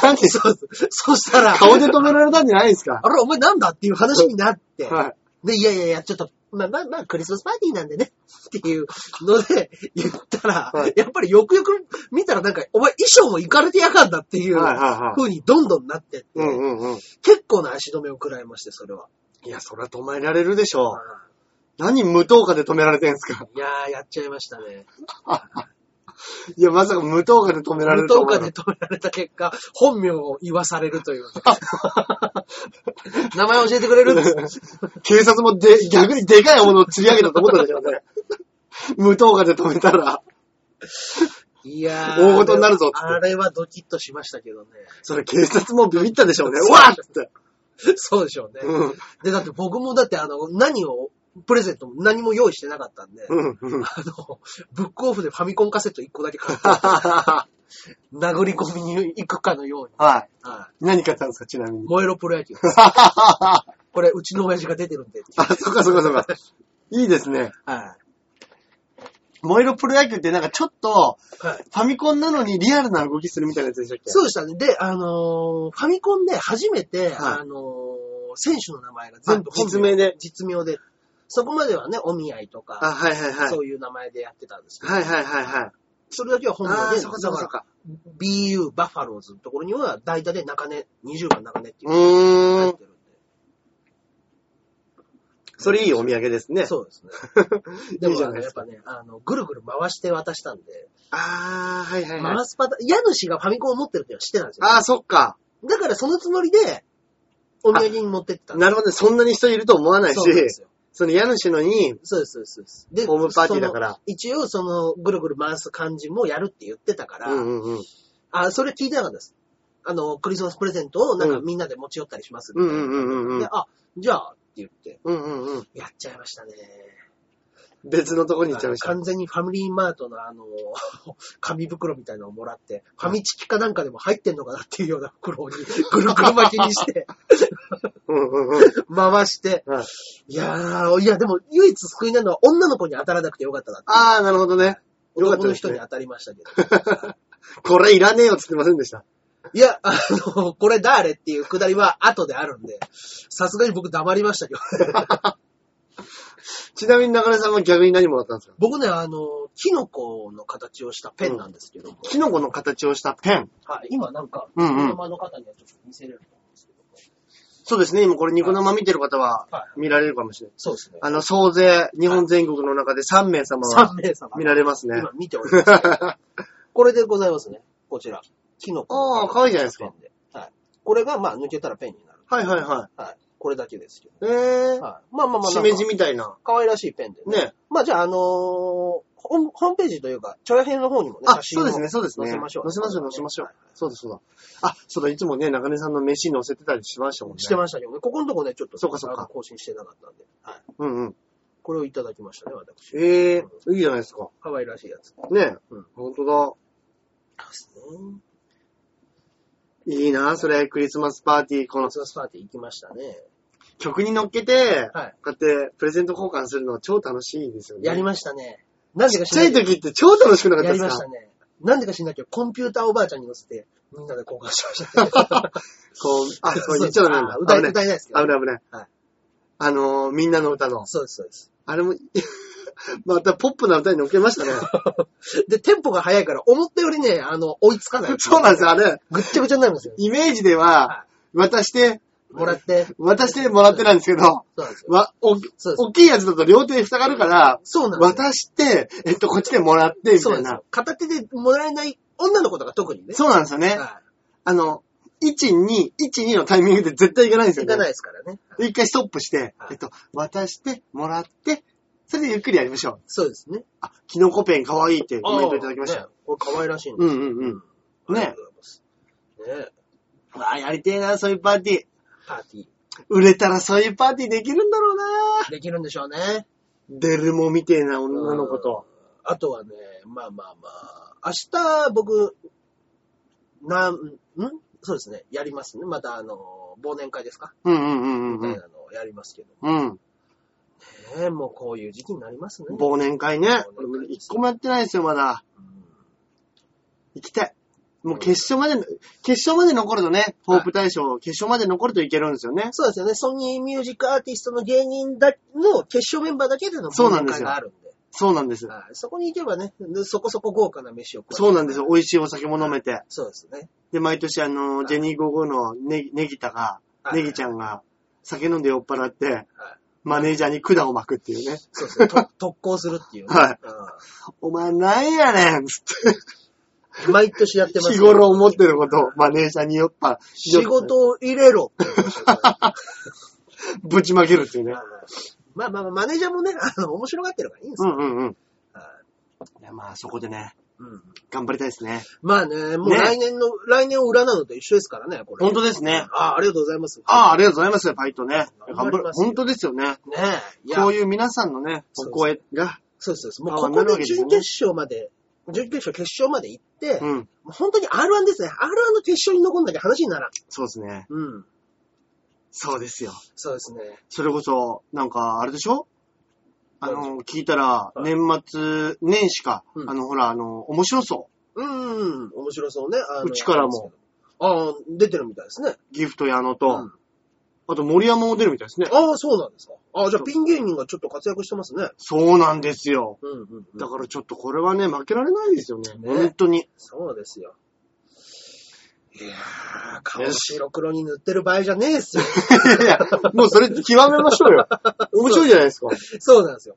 B: 何
A: そうそうそしたら、
B: 顔で止められたんじゃないです (laughs) か。
A: あれ、お前なんだっていう話になって、
B: はい。
A: で、いやいやいや、ちょっと、まあまあまあ、クリスマスパーティーなんでね、っていうので、言ったら、
B: はい
A: やっぱりよくよく見たらなんか、お前衣装もいかれてやがんだっていう
B: はいはいはい
A: 風にどんどんなってって、
B: うんうんうん。
A: 結構な足止めを食らいまして、それは。
B: いや、そりゃ止められるでしょう。
A: う
B: 何無灯火で止められてんすか。 (laughs)
A: んいやー、やっちゃいましたね。
B: いや、まさか無灯火で止められ
A: 無
B: ると
A: 灯
B: 思う
A: 火で止められた結果、本名を言わされる
B: (laughs)
A: という。名前教えてくれるっつって
B: 警察もで、逆にでかいものを釣り上げたと思ったでしょうね。 (laughs) 無灯火で止めたら、
A: いやー。
B: 大事になるぞっつって
A: あれはドキッとしましたけどね。
B: それ警察もビビったでしょうね。
A: そう
B: うわっつって。
A: (laughs) そうでしょうね。
B: うん。
A: で、だって僕もだってあの、何を、プレゼントも何も用意してなかったんで、
B: うんうん。
A: あの、ブックオフでファミコンカセット1個だけ買っ
B: (laughs)
A: て、
B: は
A: 殴り込みに行くかのよう
B: い。
A: に。はい。
B: 何買ったんですか、ちなみに。
A: 燃えろプロ
B: (laughs)
A: 野球。
B: あ、
A: これ、うちの親父が出てるんで。
B: そっかそっかそっ (laughs) か。いいですね。
A: は
B: 燃えろプロ野球ってなんかちょっと、
A: い。はい。
B: ファミコンなのにリアルな動きするみたいなやつでしたっけ
A: そうでしたね。で、あのーファミコンで初め
B: は
A: て、
B: い
A: あのー選手の名前が全部
B: あ実名で
A: 実名で。そこまではね、お見合いと
B: あ、
A: か、
B: はいはいはい。
A: そういう名前でやってたんですけど、
B: はいはいはいはい。
A: それだけは本
B: あ
A: 名
B: あ、
A: で、
B: そっかそっかそっか。
A: だから BU、バファローズのところには代打で中根、20番中根っていう
B: う
A: のが入
B: ー
A: っ
B: ん。
A: てるんで。
B: それいいお土産ですね。
A: そう
B: (laughs)
A: ですね。
B: う。
A: で
B: いい
A: も
B: じゃ
A: あ
B: な
A: の
B: いで
A: やっ
B: すか。
A: ぱね、あの、ぐるぐる回して渡したんで、
B: ああ、はいはいはい。
A: 回すパターン、家主がファミコンを持ってるっていうのは知ってたんですよ。
B: ああ、そっか。
A: だからそのつもりで、お土産に持ってってたんです
B: なるほどね。そんなに人いると思わないし
A: そう、なんですよ。
B: その家主のに、
A: そうです、そうですそうです。で
B: ホームパーティーだか。
A: そ
B: ら
A: の。一応、その、ぐるぐる回す感じもやるって言ってたから、
B: うんうんうん。
A: あ、それ聞いてなかったです。あの、クリスマスプレゼントをなんか
B: うん
A: みんなで持ち寄ったりしますみ
B: う
A: た
B: ん
A: いな。
B: うんうんうんう
A: で、
B: ん。
A: あ、じゃあ、って言って、
B: うんうんうん。
A: やっちゃいましたね。
B: 別のとこに行っちゃいました。
A: 完全にファミリーマートのあ (laughs) の、紙袋みたいなのをもらって、ファミチキかなんかでも入ってんのかなっていうような袋に、ぐるぐる巻き
B: (laughs)
A: にして、
B: うんうんうん。
A: 回して、
B: はい
A: いやー、いやでも唯一救いなのは女の子に当たらなくてよかったなって。
B: ああ、なるほどね。よかった
A: 男の
B: です
A: 人に
B: ね。
A: 当たりましたけど。
B: これいらねえよっつってませんでした。
A: いや、あの、これ誰っていうくだりは後であるんで、さすがに僕黙りましたけ
B: (laughs)
A: ど、ね、
B: ちなみに中根さんは逆に何もらったんですか
A: 僕ね、あの、キノコの形をしたペンなんですけども、
B: キノコの形をしたペン。
A: はい、今なんか、
B: うんうん
A: お前の方にはちょっと見せれると思うんですけども、
B: そうですね。今これニコ生見てる方は
A: はい
B: 見られるかもしれない。
A: そうですね。
B: あの、総勢、日本全国の中で3名様は
A: 3名様。
B: 見られますね。
A: 今見ております。これでございますね。こちら。キノコ。
B: ああ可愛いじゃないですか
A: ペンで。はい。これが、まあ、抜けたらペンになる。
B: はいはいは
A: はい。これだけですけど。
B: い。ええー。
A: はい。まあまあまあ。
B: しめじみたいな。
A: 可愛らしいペンでね。
B: ね。
A: まあじゃあ、あのーホームホームページというか、ちょや編の方にもね、
B: あ、
A: 写
B: そ
A: 真を
B: うですね、そうですね。
A: 載せましょう。
B: 載せましょう、載せましょ
A: は
B: う。そうだそうだ。あ、そうだ、いつもね、中根さんの飯載せてたりしましたもんね。
A: いしてましたけどね、ここのとこね、ちょっと
B: そうかそうか
A: あの更新してなかったんで、はい。
B: うんうん。
A: これをいただきましたね、私。
B: ええいいじゃないですか。
A: 可愛らしいやつ。
B: ね。
A: うん
B: ほんとだ。いいな、それ、クリスマスパーティー、こ
A: ク
B: の
A: リスマスパーティー行きましたね。
B: 曲に乗っけて、
A: はい。
B: こうやってプレゼント交換するの超楽しいですよね。
A: やりましたね。な
B: ち
A: ぜか
B: っ
A: 知
B: ち
A: ら
B: ゃ
A: ない
B: い時って超楽しくなかっ
A: や
B: たで
A: り
B: す
A: ました
B: か
A: ね。なんでか知んないけど、コンピューターおばあちゃんに乗せて、みんなで交換しましたね。
B: こう、 (laughs) あ、そう言っちゃうね。
A: あ歌え
B: 危
A: 歌
B: ない。
A: えないですけど。
B: 危ない危ない。
A: はい
B: あのー、みんなの歌の。
A: そうです、そうです。
B: あれも、 (laughs) またポップな歌に乗っけましたね。
A: (laughs) で、テンポが速いから、思ったよりね、あの、追いつかない。
B: そうなんですよ、あれ。
A: ぐっちゃぐちゃになるんですよ。
B: イメージでは、
A: は
B: 渡して、
A: もらって。
B: 渡してもらってなんですけど、
A: そうなんですよ。
B: わ、おき
A: そうです
B: 大きいやつだと両手塞がるから、
A: そうなんですよ。
B: 渡して、えっと、こっちでもらって、み
A: そう
B: た
A: ないんです
B: な
A: よ。。片手でもらえない女の子とか特にね。
B: そうなんですよね。
A: は
B: あの、1、2、1、2のタイミングで絶対行かないんですよ
A: い。い
B: ね。
A: かないですからね。
B: で一回ストップして
A: は、い
B: えっと、渡して、もらって、それでゆっくりやりましょう。
A: そうですね。
B: あ、キノコペン可愛いってコメントいただきました
A: あ
B: よ。
A: ーねこれ可愛らしいんで
B: うんうんうん。
A: う
B: ね
A: んありがとうございます。ね
B: わあ、やりてえな、そういうパーテ
A: パーティ
B: ィー。売れたらそういうパーティーできるんだろうな
A: ーできるんでしょうね。
B: デルモみてえな女の子と。
A: あとはね、まあまあまあ、明日僕、なん、んそうですね、やりますね。またあの、忘年会ですか
B: うんうんうん
A: み
B: う
A: たい
B: ん
A: なのをやりますけど。
B: うん。うん。
A: ねえもうこういう時期になりますね。
B: 忘年会ね。
A: 忘年会
B: 一個もやってないですよ、まだ。
A: うん
B: 行きたい。もう決勝まで、決勝まで残るとね、ホープ大賞、決勝まで残るといけるんですよね。
A: そうですよね。ソニーミュージックアーティストの芸人だの決勝メンバーだけでの
B: そう
A: 忘
B: なん
A: 年
B: です
A: 会
B: よ
A: があるんで。
B: そうなんです。
A: はいそこに行けばね、でそこそこ豪華な飯を食
B: そうなんですよ。
A: よ。
B: 美味しいお酒も飲めて。
A: そうですね。
B: で、毎年あの、
A: い
B: ジェニー55のネギネギタが、ネギち
A: ん。
B: ゃんが酒飲んで酔っ払って、マネージャーに管を巻くっていうね。
A: そうですね。と
B: (laughs)
A: 特攻するっていうね。
B: はい
A: い。
B: お前なんやねんつって、
A: 毎年やってます。
B: 日頃思ってることをマネージャーに酔っぱ、
A: 仕事を入れろって言うんですよこ
B: ぶちまけるっていうね
A: れは。い (laughs) まあまあまあ、マネージャーもね、あの、面白がってるからいいんです
B: う
A: よ。
B: んうんうん。
A: はい
B: いやまあそこでね、
A: うん
B: 頑張りたいですね。
A: まあね、もう
B: ね
A: 来年の、来年を占うのと一緒ですからね、これ。
B: 本当ですね。
A: ああ、ありがとうございます。
B: ああ、ありがとうございます、パイトね。頑
A: 頑
B: 張
A: 張
B: る
A: り。ますよ
B: 本当ですよね。
A: ねえ。いや
B: こういう皆さんのね、お
A: そう
B: 声が、
A: そうですそうです。も
B: あ
A: うこ
B: な
A: こ
B: るわけ
A: で
B: ですね
A: 準決勝まで、準決勝、決勝まで行って、も
B: うん。
A: う本当に R1 ですね。R1 の決勝に残んなきゃ話にならん。
B: そうですね。
A: うん。
B: そうですよ。
A: そうですね。
B: それこそ、なんか、あれでしょあ
A: 何
B: の、聞いたら、
A: い
B: 年末、年始か、
A: うん
B: あの、ほら、あの、面白そう
A: ーん、面白そうね。あの
B: うちからも。
A: ああ、出てるみたいですね。
B: う。ギフト矢野と、
A: うん
B: あと森山も出るみたいですね。
A: ああ、そうなんですか。ああ、じゃあピン芸人がちょっと活躍してますね。
B: そうなんですよ。
A: うんうん、うん。
B: だからちょっとこれはね、負けられないですよね。
A: ね
B: 本当に。 (laughs)
A: そうですよ。いやー、顔白黒に塗ってる場合じゃねえっすよ。 (laughs)
B: いや、もうそれ極めましょうよ。面白いじゃないですか。
A: そうなんですよ。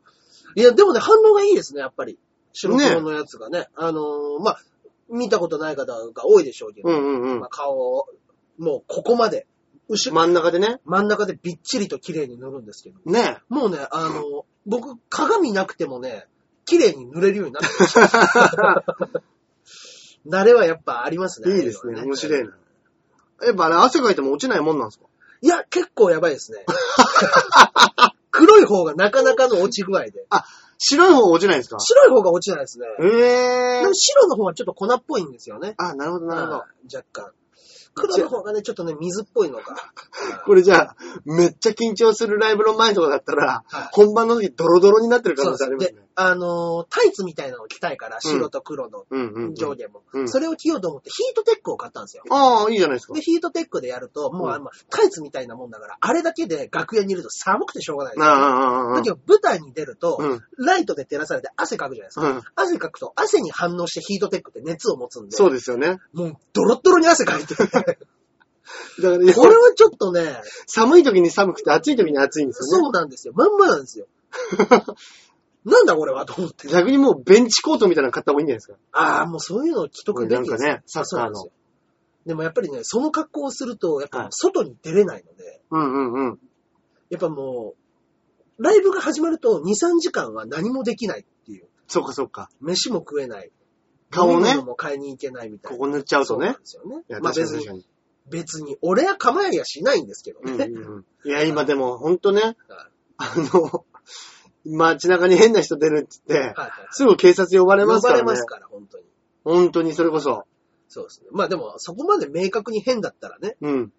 A: いや、でもね、反応がいいですね、やっぱり。白黒のやつがね。あのーまあ、見たことない方が多いでしょうけど、
B: うんうんうん
A: まあ、。顔を、もうここまで、後ろ、
B: 真ん中でね。
A: 真ん中でびっちりと綺麗に塗るんですけど、
B: ね
A: もうね、あのー僕、鏡なくてもね、綺麗に塗れるようになって
B: (laughs)
A: ました。慣れはやっぱありますね。
B: いいですね
A: ああうの
B: 面白いなやっぱあれ、汗かいても落ちないもんなんですか
A: いや、結構やばいですね。 (laughs) 黒い方がなかなかの落ち具合で。
B: 白い方落ちないんですか
A: 白い方が落ちないですね。
B: ええ
A: で
B: ー
A: も。白の方はちょっと粉っぽいんですよね。
B: あ、なるほど、なるほど。
A: 若干。黒の方がね、ちょっとね、水っぽいのが。
B: これじゃあ、めっちゃ緊張するライブの前とかだったら、
A: はい
B: 本番の時ドロドロになってる可
A: そう
B: 能性
A: で
B: あ
A: す
B: ります
A: で
B: ね。、
A: あのータイツみたいなのを着たいから、白と黒の
B: うんうん、うん。
A: 上下も、
B: うん
A: それを着ようと思って、ヒートテックを買ったんですよ。
B: ああ、いいじゃないですか
A: で、。ヒートテックでやると、もうあの、タイツみたいなもんだから、あれだけで楽屋にいると寒くてしょうがないです
B: あ
A: よ。
B: あ、ああ、あ
A: だけど、舞台に出ると、
B: うん
A: ライトで照らされて汗かくじゃないですか。
B: あ。うん。
A: 汗かくと、汗に反応してヒートテックって熱を持つんで、
B: そうですよね。
A: もうドロッドロに汗か
B: (laughs)
A: いて、こ
B: だから、ね、
A: れはちょっとね、
B: 寒い時に寒くて暑い時に暑いんですよね。
A: そうなんですよ。まんまなんで
B: (laughs)
A: すよ。なんだこれはと思って。
B: 逆にもうベンチコートみたいなの買った方がいいんじゃないですか。
A: ああ、もうそういうのを着とくべきです。
B: なんかねサッカーの
A: そうなんですよ。でもやっぱりね、その格好をすると、やっ
B: は
A: ぱ
B: い
A: 外に出れないので、
B: うんうんうん。
A: やっぱもう、ライブが始まると2、3時間は何もできないっていう。
B: そうかそうか。
A: 飯も食えない。
B: 顔ね
A: 飲み物も買いに行けないみたい
B: こ
A: な。
B: こ塗っちゃうと
A: そうなん
B: ね
A: で。すよね
B: いや、。
A: まあ
B: 確かに確
A: 別に
B: か、に。
A: 別に、俺は構えやしないんですけど
B: う
A: (laughs) ね。
B: んうんうん。いや、今でもほんとね、
A: は
B: あの、 (laughs) 街中に変な人出るって言って
A: い、はいはい。
B: すぐ警察呼ばれま
A: 呼
B: すか
A: ば
B: ら
A: れ
B: ね。
A: ますから、本当に。
B: 本当にそれこそ。
A: そうですね。まあでも、そこまで明確に変だったらね。
B: うん。
A: うん。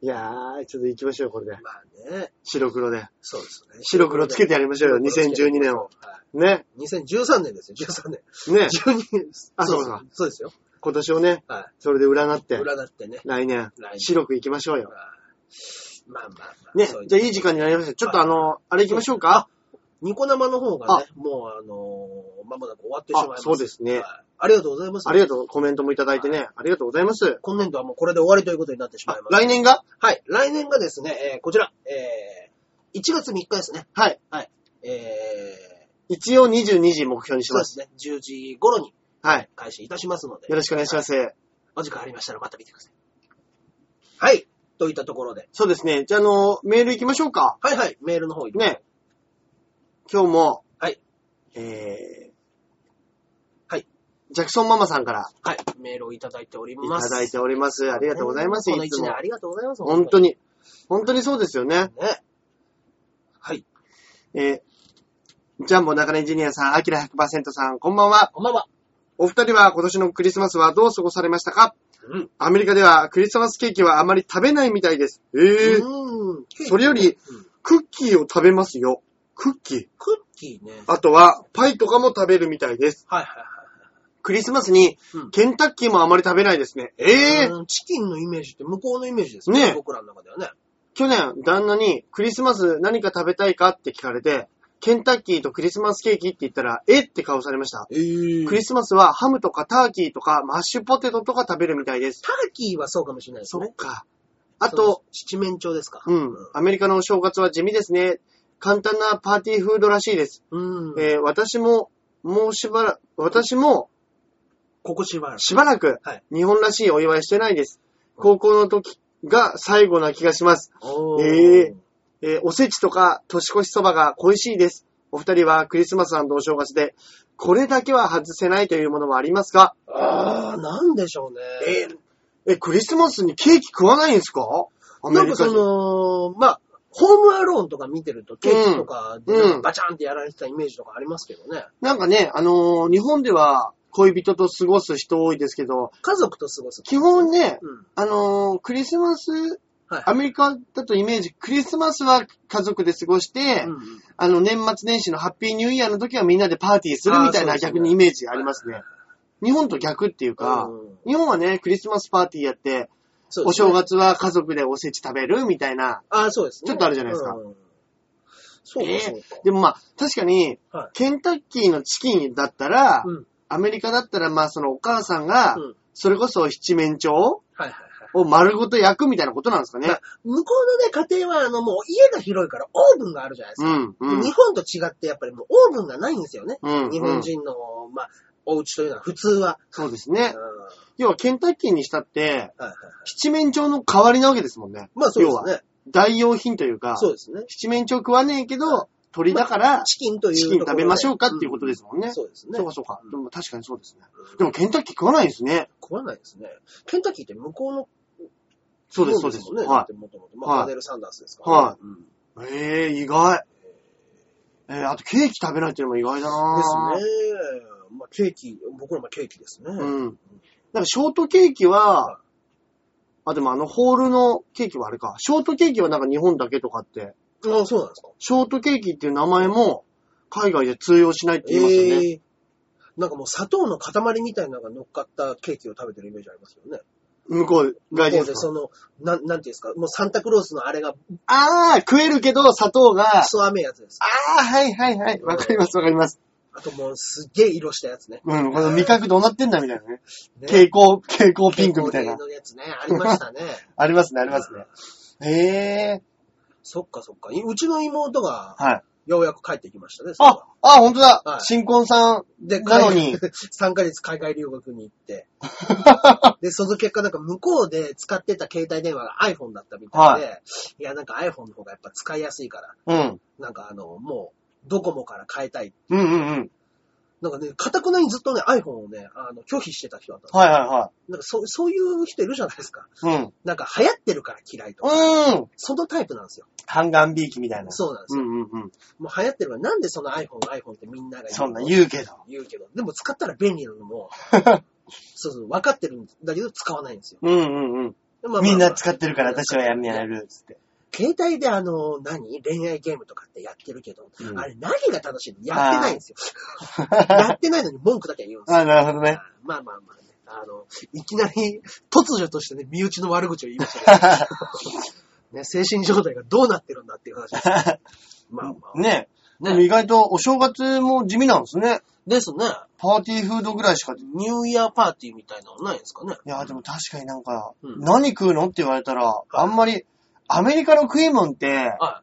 B: いやー、ちょっと行きましょう、これで。
A: まあね。
B: 白黒で。
A: そうですね。
B: 白黒つけてやりましょうよ、
A: 白黒つけて
B: 2012年を。
A: は
B: ね。
A: い。2013年ですよ、13年。
B: ね。
A: 12年。
B: あそう
A: そ
B: か
A: うそうですよ。
B: 今年をね、
A: は
B: それで占っ
A: い。
B: て、
A: 裏だってね。
B: 来年
A: 来、年
B: 白く行きましょうよ
A: は。いまあまあまあ。
B: ね
A: そう。いう
B: じゃあいい時間になりました。ちょっとあの、あれ行きましょうか
A: ニコ生の方がね、もうあのー、まもなく終わってしまいます。はいありがとうございます。
B: ありがとう、コメントもいただいてね、ありがとうございます。
A: 今年度はもうこれで終わりということになってしま
B: あ
A: います。
B: 来年が
A: はい。来年がですね、えーこちら、えー1月3日ですね。
B: はい。
A: えー
B: 一応22時目標にし
A: そう
B: ま。
A: ですすね。10時頃に
B: はい。
A: 開始いたしますので
B: よ、ろしくお願いします。
A: お時間ありましたらまた見てください。はい。といったところで、
B: そうですね。じゃあ、あの、メール行きましょうか。
A: はいはい、メールの方行きましょう
B: ね。今日も、
A: はい。
B: えー、
A: はい。
B: ジャクソンママさんから
A: はい。メールをいただいており
B: い
A: ます。
B: ただいております。ありがとうございます。
A: この
B: いつ
A: 一
B: も
A: 年。ありがとうございます。
B: 本当。に。本当にそうですよね。
A: ね。はい。
B: えー、ジャンボ中根ジュニアさん、アキラ100%さん、こんばんは。
A: こんばんは。
B: お二人は今年のクリスマスはどう過ごされましたか
A: うん。
B: アメリカではクリスマスケーキはあまり食べないみたいです。えー、
A: うーん。
B: それより
A: うん、
B: クッキーを食べますよ。クッキー
A: クッキーね。
B: あとは、パイとかも食べるみたいです。
A: はいはい
B: クリスマスに
A: うん、
B: ケンタッキーもあまり食べないですね。
A: はい。
B: えー、
A: うんチキンのイメージって向こうのイメージですね。
B: ね
A: 僕らの中ではね。
B: 去年、旦那にクリスマス何か食べたいかって聞かれて、ケンタッキーとクリスマスケーキって言ったら、えって顔されました。
A: えー
B: クリスマスはハムとかターキーとかマッシュポテトとか食べるみたいです。
A: ターキーはそうかもしれないです
B: そ
A: ね
B: っ。か。あ
A: そ
B: と
A: の、、七面鳥ですか。
B: うん、アメリカのお正月は地味ですね。簡単なパーティーフードらしいです。
A: うん。
B: えー私も、もうしばら、私も
A: ここしばらく。
B: しばらく
A: はい
B: 日本らしいお祝いしてないです。高校の時が最後な気がします。
A: おー
B: えーえーおせちとか年越しそばが恋しいです。お二人はクリスマスお正月で、これだけは外せないというものはありますか
A: あー、なんでしょうね。
B: えーえ、クリスマスにケーキ食わないんですかアメ
A: なん
B: リ
A: か
B: カ
A: そ
B: 人。
A: の、まあ、ホームアローンとか見てると、ケーキとかで
B: うん
A: なんかバチャンってやられてたイメージとかありますけどね。
B: なんかね、あのー日本では恋人と過ごす人多いですけど、
A: 家族と過ごす。
B: 基本ね、
A: うん。
B: あのークリスマス、
A: はい。
B: アメリカだとイメージ、クリスマスは家族で過ごして、
A: うんうん
B: あの、年末年始のハッピーニューイヤーの時はみんなでパーティーするみたい
A: あ
B: な
A: ーそうですね
B: 逆にイメージありますね。日本と逆っていうか、
A: うん
B: 日本はね、クリスマスパーティーやって、
A: そう
B: お
A: ですね
B: 正月は家族でおせち食べるみたいな。
A: ああ、そうですね。
B: ちょっとあるじゃないですか
A: うんそうか、そうか。
B: でもまあ、確かに
A: はい、
B: ケンタッキーのチキンだったら、
A: うん。
B: アメリカだったらまあそのお母さんが
A: うん、
B: それこそ七面鳥
A: はいはいはい。
B: を丸ごと焼くみたいなことなんですかね。
A: 向こうのね、家庭は、あの、もう家が広いからオーブンがあるじゃないです
B: う
A: か。
B: ん、うん
A: 日。本と違って、やっぱりもうオーブンがないんですよね。
B: うん、
A: 日
B: う
A: 本
B: ん。
A: 人の、まあ、お家というのは普通は。
B: そうです
A: うん
B: ね。
A: は
B: 要はケンタッキーにしたって、
A: いはいはい
B: 七面鳥の代わりなわけですもんね。
A: まあそうですね。
B: 代用品というか、
A: そうですね。
B: 七面鳥食わねえけど、鳥だから、
A: チキンという
B: チキン食べましょうかっていうことですすもんね。
A: そうですね
B: そう。かそうか
A: う。ん
B: でも確かにそうですね。
A: うん
B: でもケンタッキー食わないですね。
A: 食わないですね。ケンタッキーって向こうの
B: そうです、そうです。
A: もんね。だっ
B: は
A: てもともと。まあ、
B: はい
A: パネル・サンダースですからね。
B: はい
A: うん
B: い。ええー、意外。えー、あとケーキ食べないっていうのも意外だな
A: ですね。まあ、ケーキ、僕らもケーキですね。
B: うん。なんかショートケーキ
A: はい
B: は、あ、でもあのホールのケーキはあれか。ショートケーキはなんか日本だけとかって、
A: あそうなんですか。
B: ショートケーキっていう名前も海外で通用しないって言いますよね。
A: ええなんかもう砂糖の塊みたいなのが乗っかったケーキを食べてるイメージありますよね。
B: 向こう、外人
A: こう
B: で
A: です
B: か。
A: その、なん、なんていうんですか、もうサンタクロースのあれが、
B: あー、食えるけど砂糖が
A: ク、ソ甘いやつです。
B: あー、はいはいはい。わかりますわかります。
A: あともうすっげえ色したやつね。
B: うん、この味覚どうなってんだみたいなね。
A: ね
B: 蛍光、蛍光ピンクみたいな
A: 蛍。光のやつね、ありましたね。
B: あり (laughs) ますね、ありますね。へえ。
A: そっかそっか。いうちの妹が、
B: はい。
A: ようやく帰ってきましたね。それ
B: あ
A: は、
B: あ、ほんとだ、
A: はい
B: 新婚さん。
A: で、
B: なのに
A: 海 (laughs) 外3ヶ月海外留学に
B: (laughs)
A: 行って。で、その結果なんか向こうで使ってた携帯電話が iPhone だったみたいで、いやなんか iPhone の方がやっぱ使いやすいから、
B: うん。
A: なんかあの、もう、ドコモから変えたい。
B: うんうんうん。
A: なんかね、かたくなにずっとね、iPhone をね、あの、拒否してた人だったの
B: はいは
A: なんかそう、そういう人いるじゃないですか。
B: いはい。
A: なんか流行ってるから嫌いとか。
B: うん。うん。
A: そのタイプなんですよ。
B: 半眼ビーキみたいな。
A: そうなんです
B: う
A: よ。
B: んうんうん。
A: もう流行ってるから、なんでその iPhone、iPhone ってみんなが
B: そんなん
A: う
B: 言うけど。
A: 言うけど、でも使ったら便利な
B: (laughs)
A: のも、そうそう、分かってるんだけど使わないんですよ。
B: うんうんうん。
A: でまあまあまあ
B: みんな使ってるから私はやめやる。つって。
A: 携帯であの、何恋愛ゲームとかってやってるけど、
B: うん
A: あれ何が楽しいのやってないんですよ。やってないのに文句だけは言うんですよ。
B: あ、なるほどね。
A: まあまあまあね。あの、いきなり突如としてね、身内の悪口を言いましたけ
B: (laughs)
A: どね、精神状態がどうなってるんだっていう話です。まあまあ。
B: ね。でも
A: ね。
B: 意外とお正月も地味なんですね。
A: ですね。
B: パーティーフードぐらいしか。い
A: ニューイヤーパーティーみたいなのないんですかね。
B: や、でも確かになんか、
A: うん
B: 何食うのって言われたら、あんまり、アメリカの食い物って、
A: は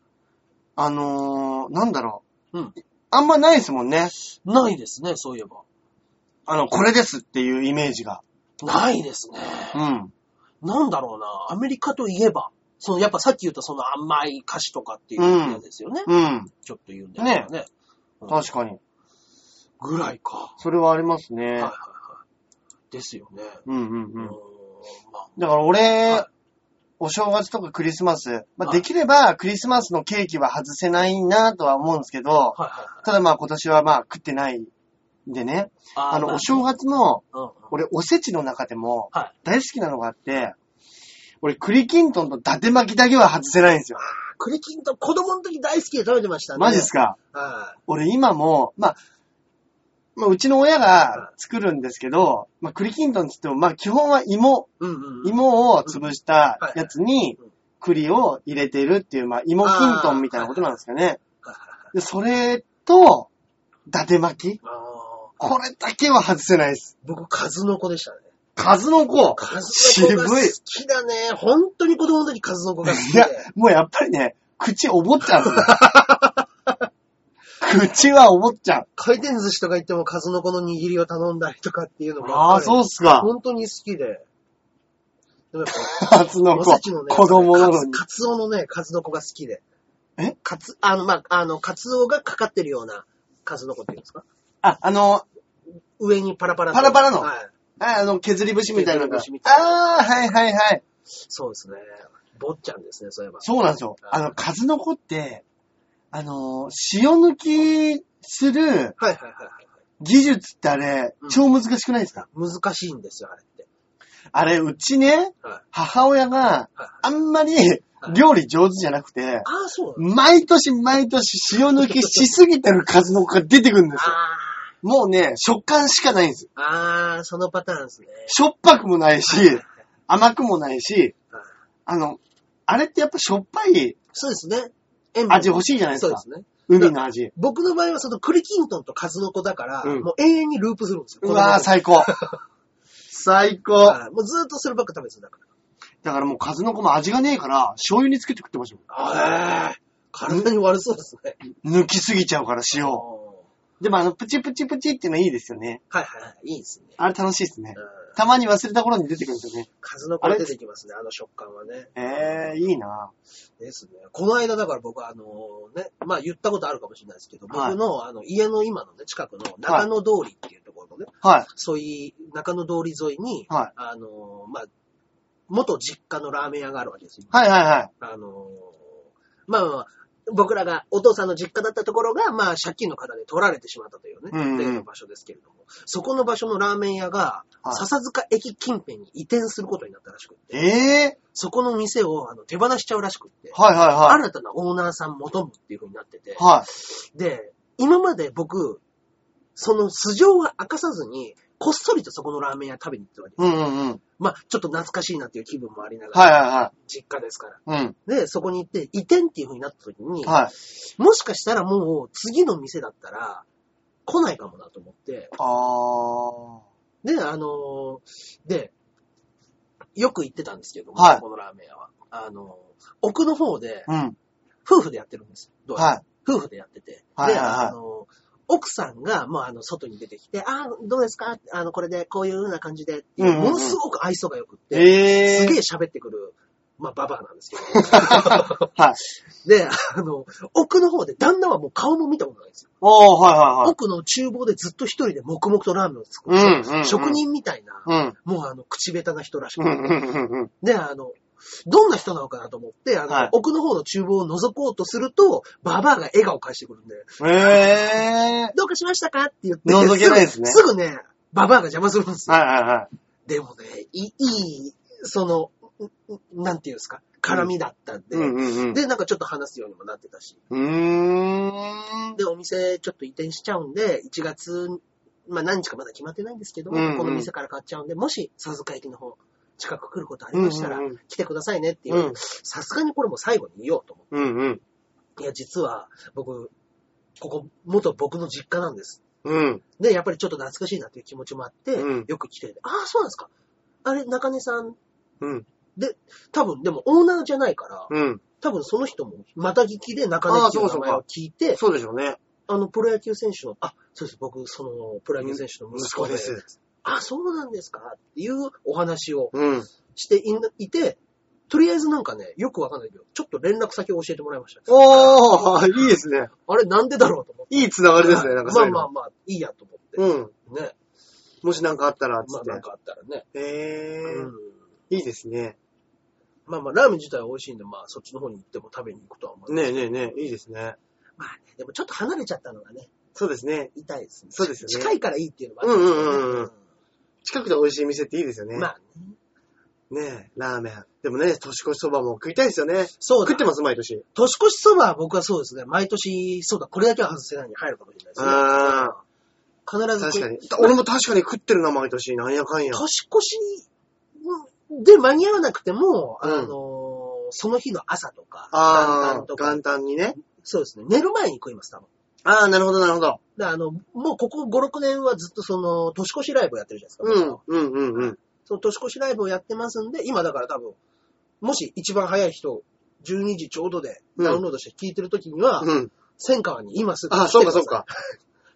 B: あのー、なんだろう。
A: うん
B: あんまないですもんね。
A: い。ないですね、そういえば。
B: あの、これですっていうイメージが。
A: ないですね。
B: うん。
A: なんだろうな、アメリカといえば、そのやっぱさっき言ったその甘い菓子とかっていうやつですよね。
B: うん。
A: ちょっと言うんだよね。うん
B: 確かに。
A: ぐらいか。
B: それはあります
A: はい
B: ね
A: はい。はい。ですよね。
B: うんうん
A: うー
B: うんん。
A: まあ
B: だから俺、
A: はい
B: お正月とかクリスマス、まあ、
A: は
B: で
A: い
B: きればクリスマスのケーキは外せないなとは思うんですけど、
A: はいはいはい。
B: ただまあ今年はまあ食ってないんでね、
A: あ
B: あの、お正
A: 月、
B: 月の、
A: うんうん
B: 俺おせちの中でも
A: はい。
B: 大好きなのがあって、俺栗きんとんと伊達巻きだけは外せないんですよ。
A: 栗きんとん、子供の時大好きで食べてましたね。
B: マジっすか
A: はい。
B: 俺今も、まあ、まあ、うちの親が作るんですけど、まあ、栗きんとんって言っても、まあ、基本は芋、
A: うんうん。
B: 芋を潰したやつに栗を入れてるっていう、まあ、芋きんとんみたいなことなんですかね。で、それと、伊達巻き
A: あー
B: これだけは外せないです。
A: 僕、数の子でしたね。
B: 数の子
A: 数の子が好
B: 渋い
A: きだね。本当に子供の時数の子が好き
B: い
A: で
B: や。、もうやっぱりね、口おぼっちゃうん
A: (laughs)
B: だよ口はおぼっちゃう。
A: 回転寿司とか行っても数の子の握りを頼んだりとかっていうのが。
B: ああ、そうっすか。
A: 本当に好きで。でもやっ
B: 数
A: ぱ、
B: の
A: お
B: 子
A: せちの。ね、
B: 子供なの
A: カツ
B: に。
A: カツオのね、数の子が好きで。
B: え
A: カツ、あの、まあ、あの、カツオがかかってるような数の子っていうんですか
B: あ、あの、
A: 上にパラパラと。
B: パラパラの
A: はい。
B: ああの、削り節みたいなのが。あ
A: 削り節みたい
B: あー、はいはいはい。
A: そうですね。坊ちゃんですね、そういえば。
B: そうなんですよ。あの、数の子って、あの、塩抜きする
A: はいはいはいはい。
B: 技術ってあれ
A: うん、
B: 超難しくないですか、
A: 難しいんですよ、あれって。
B: あれ、うちね、
A: はい。
B: 母親が
A: はい
B: あんまり料理上手じゃなくて、
A: ああ、そうなの
B: 毎年毎年塩抜きしすぎてる数の子が出てくるんですよ。
A: あ
B: もうね、食感しかないんですよ。
A: あ、ああ、そのパターンですね。
B: しょっぱくもないし、甘くもないし
A: はい、
B: あの、あれってやっぱしょっぱい
A: そうですね。塩分
B: 味欲しいじゃないです
A: そうで
B: か。
A: すね。
B: 海の味。
A: 僕の場合はその栗きんとんと数の子だから、
B: うん
A: もう永遠にループするんですよ。
B: うわー、最高。最高。
A: はいもうずーっとそればっか食べてたから。
B: だからもう数の子も味がねえから、醤油につけて食ってました
A: ああ、体に悪そうですね。
B: もん。抜きすぎちゃうから塩
A: あー
B: を。でもあの、プチプチプチっていうのいいですよね。
A: はいはいはい。いいですね。
B: あれ楽しいですね
A: う。ん
B: たまに忘れた頃に出てくるんですよね。
A: 数の子が出てきますね、あの食感はね。
B: ええー、いいな
A: ですね。この間だから僕はあのね、まあ言ったことあるかもしれないですけど、
B: はい
A: 僕のあの家の今のね、近くの中野通りっていうところのね、
B: はい。
A: そういう中野通り沿いに、
B: はい
A: あのまあ、元実家のラーメン屋があるわけですよ。
B: はいはいはい。
A: あのまあまあまあ、僕らがお父さんの実家だったところが、まあ借金の方で取られてしまったというね、
B: うんうん
A: 例の場所ですけれども、そこの場所のラーメン屋が、
B: はい
A: 笹塚駅近辺に移転することになったらしくって、
B: ええ
A: そこの店をあの手放しちゃうらしくって、
B: ー、はいはいはい。
A: 新たなオーナーさん求むっていう風になってて、
B: は
A: で、今まで僕、その素性は明かさずに、こっそりとそこのラーメン屋食べに行ったわけ
B: い。うんうんうん。
A: まあ、ちょっと懐かしいなっていう気分もありながら、
B: はいは
A: 実家ですから。
B: いはい。うん。
A: で、そこに行って、移転っていう風になった時に、
B: はい。
A: もしかしたらもう次の店だったら来ないかもなと思って、
B: あー。
A: で、あのーで、よく行ってたんですけども、
B: はい
A: そこのラーメン屋は。あのー奥の方で、
B: うん。
A: 夫婦でやってるんですよ。どうやら
B: はい。
A: 夫婦でやってて。
B: はい
A: で、
B: はいはい
A: あの、奥さんが、まあ、あの、外に出てきて、あーどうですかあの、これで、こういうような感じで、
B: うんうんうん
A: ものすごく愛想が良くって、
B: え
A: す
B: え
A: げえ
B: ー。
A: 喋ってくる、まあ、ババアなんで
B: (laughs)
A: すけ
B: はい。
A: ど。で、あの、奥の方で、旦那はもう顔も見たことないんですよ。
B: おー、はい
A: 奥の厨房でずっと一人で黙々とラーメンを作
B: はいはい。う
A: る。
B: んうん、うん。
A: 職。人みたいな、
B: うん。
A: もうあの、口下手な人らしく
B: う
A: て。
B: んうんうんうん。
A: で、あの、どんな人なのかなと思って、あの、
B: はい
A: 奥の方の厨房を覗こうとすると、ババアが笑顔を返してくるんで、
B: ええ
A: どうかしましたかって言って。
B: 覗けないですね
A: すぐすぐね、ババアが邪魔するんです
B: ー。
A: よ。
B: はいはいはい。
A: でもね、いい、いいその、ううなんていうんですか、絡みだったんで、
B: うんうんうん。
A: で、なんかちょっと話すようにもなってたし。
B: うーん。
A: で、お店ちょっと移転しちゃうんで、1月、まあ何日かまだ決まってないんですけども、
B: うんうん
A: この店から買っちゃうんで、もし、鈴鹿駅の方、近く来ることありましたら
B: うんうんうん、
A: 来てくださいねっていうう、
B: ん。
A: さすがにこれもう最後に言おうと思って
B: うんうん。
A: いや、実は、僕、ここ、元僕の実家なんです。
B: うん。
A: で、やっぱりちょっと懐かしいなという気持ちもあって、
B: うん
A: よく来てて、ああ、そうなんですか。あれ、中根さん、
B: うん。
A: 多分、でもオーナーじゃないから、
B: うん。
A: 多分その人も、また聞きで中根っていう
B: あーそうか
A: 名
B: そうか
A: 前を聞いて、
B: そうでしょうね。
A: あの、プロ野球選手の、あ、そうです、僕、その、プロ野球選手の息子で、。あ、そうなんですかっていうお話を
B: うん。
A: していいて、とりあえずなんかね、よくわかんないけど、ちょっと連絡先を教えてもらいました。
B: おー、いいですね。
A: あれ、なんでだろうと思って。
B: いいつながりですね、なんか
A: ま
B: そう
A: あ
B: いう
A: まあ
B: の。
A: まあ、いいやと思って。
B: うん。
A: ね。
B: もしなんかあったら、つ
A: ま
B: っ
A: あなん
B: て。
A: かあったらね。
B: え
A: うん
B: ー、。いいですね。
A: まあまあ、ラーメン自体は美味しいんで、まあそっちの方に行っても食べに行くとは思う。
B: ねえねえねえ、いいですね。
A: まあね、でもちょっと離れちゃったのがね、
B: そうですね。
A: 痛いですね。
B: そうですよね
A: 近いからいいっていうのもあるんですよね
B: うんうんうんうん近くで美味しい店っていいですよね。
A: まあね。
B: ねえ、ラーメン。でもね、年越しそばも食いたいですよね。
A: そうだ
B: 食ってます、毎年。
A: 年越しそばは僕はそうですね。毎年、そうだ、これだけは外せないに入るかもしれないですね。
B: あ
A: 必ずこ
B: 確
A: う。
B: かに。
A: 俺
B: 俺も確かに食ってるな、毎年。なんやかんや。
A: 年越しで間に合わなくても、
B: うん
A: あのーその日の朝とか、
B: あ
A: 元旦
B: あ、
A: とか、
B: 元旦にね。
A: そうですね。寝る前に食います、多分。
B: ああ、なるほど、なるほど。
A: だからあの、もうここ5、6年はずっとその、年越しライブやってるじゃないです
B: う
A: か。僕
B: んう
A: は、
B: ん、うん、うん。
A: その年越しライブをやってますんで、今だから多分、もし一番早い人、12時ちょうどでダウンロードして聞いてる時には、
B: うん。
A: 千川に今すぐ来てく
B: ああ、
A: ださ
B: そ
A: い。
B: うか、そう
A: (laughs)
B: か。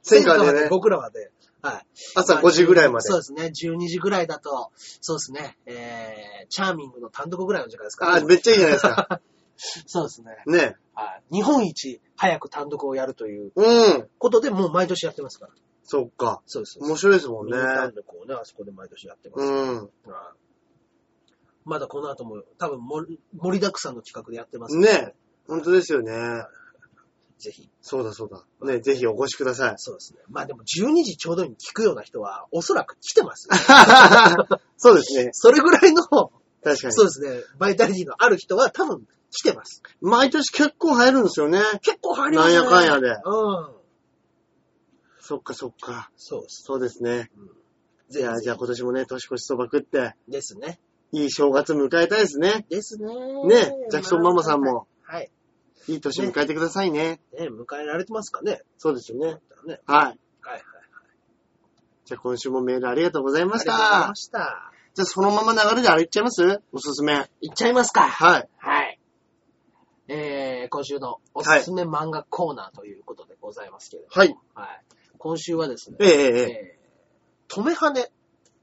A: 千
B: 戦
A: 川
B: 火
A: で
B: でね、
A: 僕らはね、はい。
B: 朝5時ぐらいまで
A: そう。ですね、12時ぐらいだと、そうですね、えー、チャーミングの単独ぐらいの時間ですか
B: あ
A: ね
B: あ、めっちゃいいじゃないですか。
A: そうですね。
B: ね
A: はい。日本一早く単独をやるという
B: うん。
A: ことで、もう毎年やってますから。
B: そっか。
A: そうです。
B: 面白いですもんね
A: ミ。ニ単独をね、あそこで毎年やってます。
B: うん。
A: はいまだこの後も、多分盛り盛りだくさんの企画でやってますんで
B: ね本当ですよね。
A: ぜひ。
B: そうだそうだ。ねぜひお越しください。
A: そうですね。まあでも12時ちょうどに聞くような人は、おそらく来てま
B: (laughs)
A: すよ。
B: そうですね。
A: それぐらいの、
B: 確かに
A: そ。うですね、バイタリティのある人は多分来てます。
B: 毎年結構入るんですよね。
A: 結構入りますね。
B: なんやかんやで
A: うん。
B: そっかそっか。
A: そうです。
B: そうですね。
A: ぜひ
B: じゃあ、じゃあ今年もね、年越しそば食って、
A: ですね。
B: いい正月迎えたいですね。
A: ですね。
B: ねジャクソンママさんも。
A: はい。
B: いい年迎えてくださいね。
A: ね、迎えられてますかね。
B: そうですよ
A: だ
B: ね
A: っ。たらね。
B: はい。
A: はいはい。
B: じゃあ今週もメールありがとうございまし
A: ありがとうござい
B: た
A: ま。した。
B: じゃあそのまま流れであれいっちゃいますおすすめ。
A: いっちゃいますか。
B: はい。
A: はい。えー、今週のおすすめ漫画コーナーということでございますけれども。
B: はい。
A: はい。今週はですね、
B: ええええええ。
A: えー、止めはね。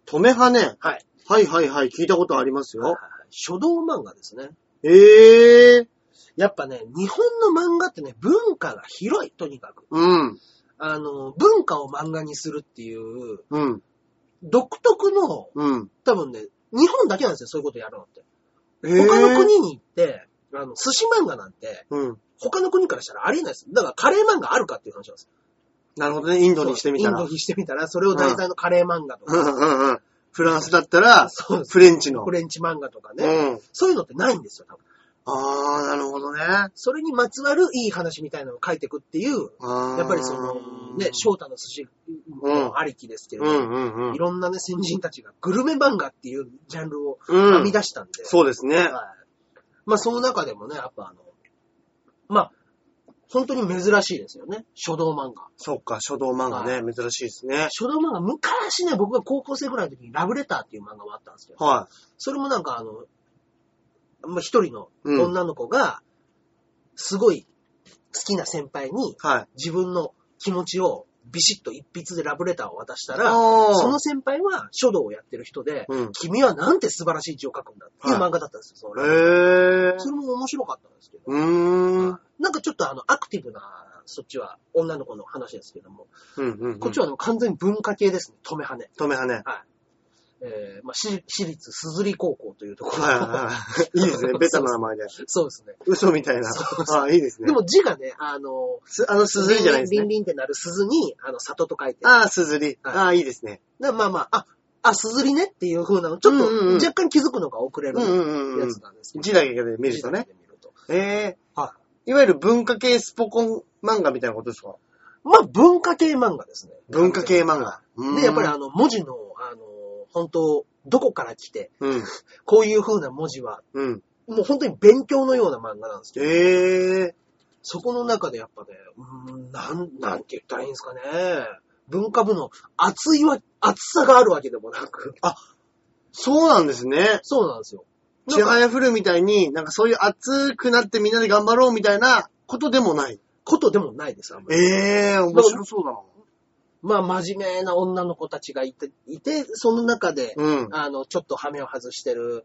B: 止めはね。
A: はい。
B: はいはいはい。聞いたことあります
A: はい
B: よ。
A: 書道漫画ですね。
B: ええー。
A: やっぱね、日本の漫画ってね、文化が広い、とにかく。
B: うん。
A: あの、文化を漫画にするっていう、
B: うん。
A: 独特の、
B: うん。
A: 多分ね、日本だけなんですよ、そういうことやるのって。
B: 他
A: 他の国に行って、あの、寿司漫画なんて、
B: うん。
A: 他の国からしたらありえないです。だからカレー漫画あるかっていう話なんですよ。
B: なるほどね。インドにしてみたら。
A: イ
B: う
A: ン
B: ん
A: ドにしてみたら、それを題材のカレー漫画とか、
B: うんうん。フランスだったら
A: そうで、す
B: フレンチの。
A: フレンチ漫画とか
B: う
A: ね、
B: ん。
A: そういうのってないんですよ、多分。
B: あー、なるほどね。
A: それにまつわるいい話みたいなのを書いていくっていう、
B: あー
A: やっぱりその、ね、翔太の寿司もありきですけれ
B: う
A: ど、
B: んうんうん
A: い。ろんなね、先人たちがグルメ漫画っていうジャンルを
B: う
A: 編み
B: ん。
A: 出したんで、
B: そうですね。
A: はい。まあ、その中でもね、やっぱあの、まあ、本当に珍しいですよね。書道漫画。
B: そっか、書道漫画ね。珍しいですね。
A: 書道漫画、昔ね、僕が高校生ぐらいの時にラブレターっていう漫画もあったんですよ。
B: は
A: それもなんかあの、まあ、一人の
B: うん
A: 女の子が、すごい好きな先輩に
B: い。はい。
A: 自分の気持ちをビシッと一筆でラブレターを渡した
B: あ
A: ら、
B: ー
A: その先輩は書道をやってる人で、
B: うん。
A: 君はなんて素晴らしい字を書くんだっていう漫画だったんですよ、そのラブレター
B: へえ。
A: それも面白かったんですけど。
B: うーん。
A: なんかちょっとあの、アクティブな、そっちは女の子の話ですけども、
B: うんうんうん。
A: こっちはでも完全に文化系ですね、止めはね。
B: 止めはね。
A: えー、まあ、私私立鈴木高校というとこ
B: (laughs)
A: ろ。
B: はいはいはい。いいですね。ベタな名前で。
A: そうですね。
B: 嘘みたいな。あ、いいですね。
A: でも字がね、あの、
B: す、あの、鈴じゃないです
A: ビン
B: ね。
A: ビンってなる鈴に、あの、里と書いて。
B: ああ、鈴り。ああ、いいですね。
A: なまあまあ、あ、あ、鈴りねっていう風なの、ちょっ
B: うんうんうん
A: と若干気づくのが遅れ
B: う
A: る
B: ん
A: や
B: うんうんうん。
A: つなんですけど。
B: 字だけで見るとね
A: 字。だけで見ると。
B: ええ
A: はい
B: わゆる文化系スポコン漫画みたいなことですか
A: まあ、文化系漫画ですね。
B: 文化系漫画。
A: で、やっぱり
B: あ
A: あの、文字の、あの、本当どこから来て、
B: うん。
A: こういう風な文字は、
B: うん。
A: もう本当に勉強のような漫画なんですけど、
B: ええ
A: そこの中でやっぱね、うーん、なん、なんて言ったらいいんですかね。文化部の熱いわ、熱さがあるわけでもなく。あ、
B: そうなんですね。
A: そうなんですよ。
B: ち
A: なん
B: は
A: か、
B: やふるみたいに、なんかそういう熱くなってみんなで頑張ろうみたいなことでもない。
A: ことでもないです、あんまり。
B: ええ面白そうだな。
A: まあ、真面目な女の子たちがいて、いて、その中で、
B: うん。
A: あの、ちょっと羽目を外してる、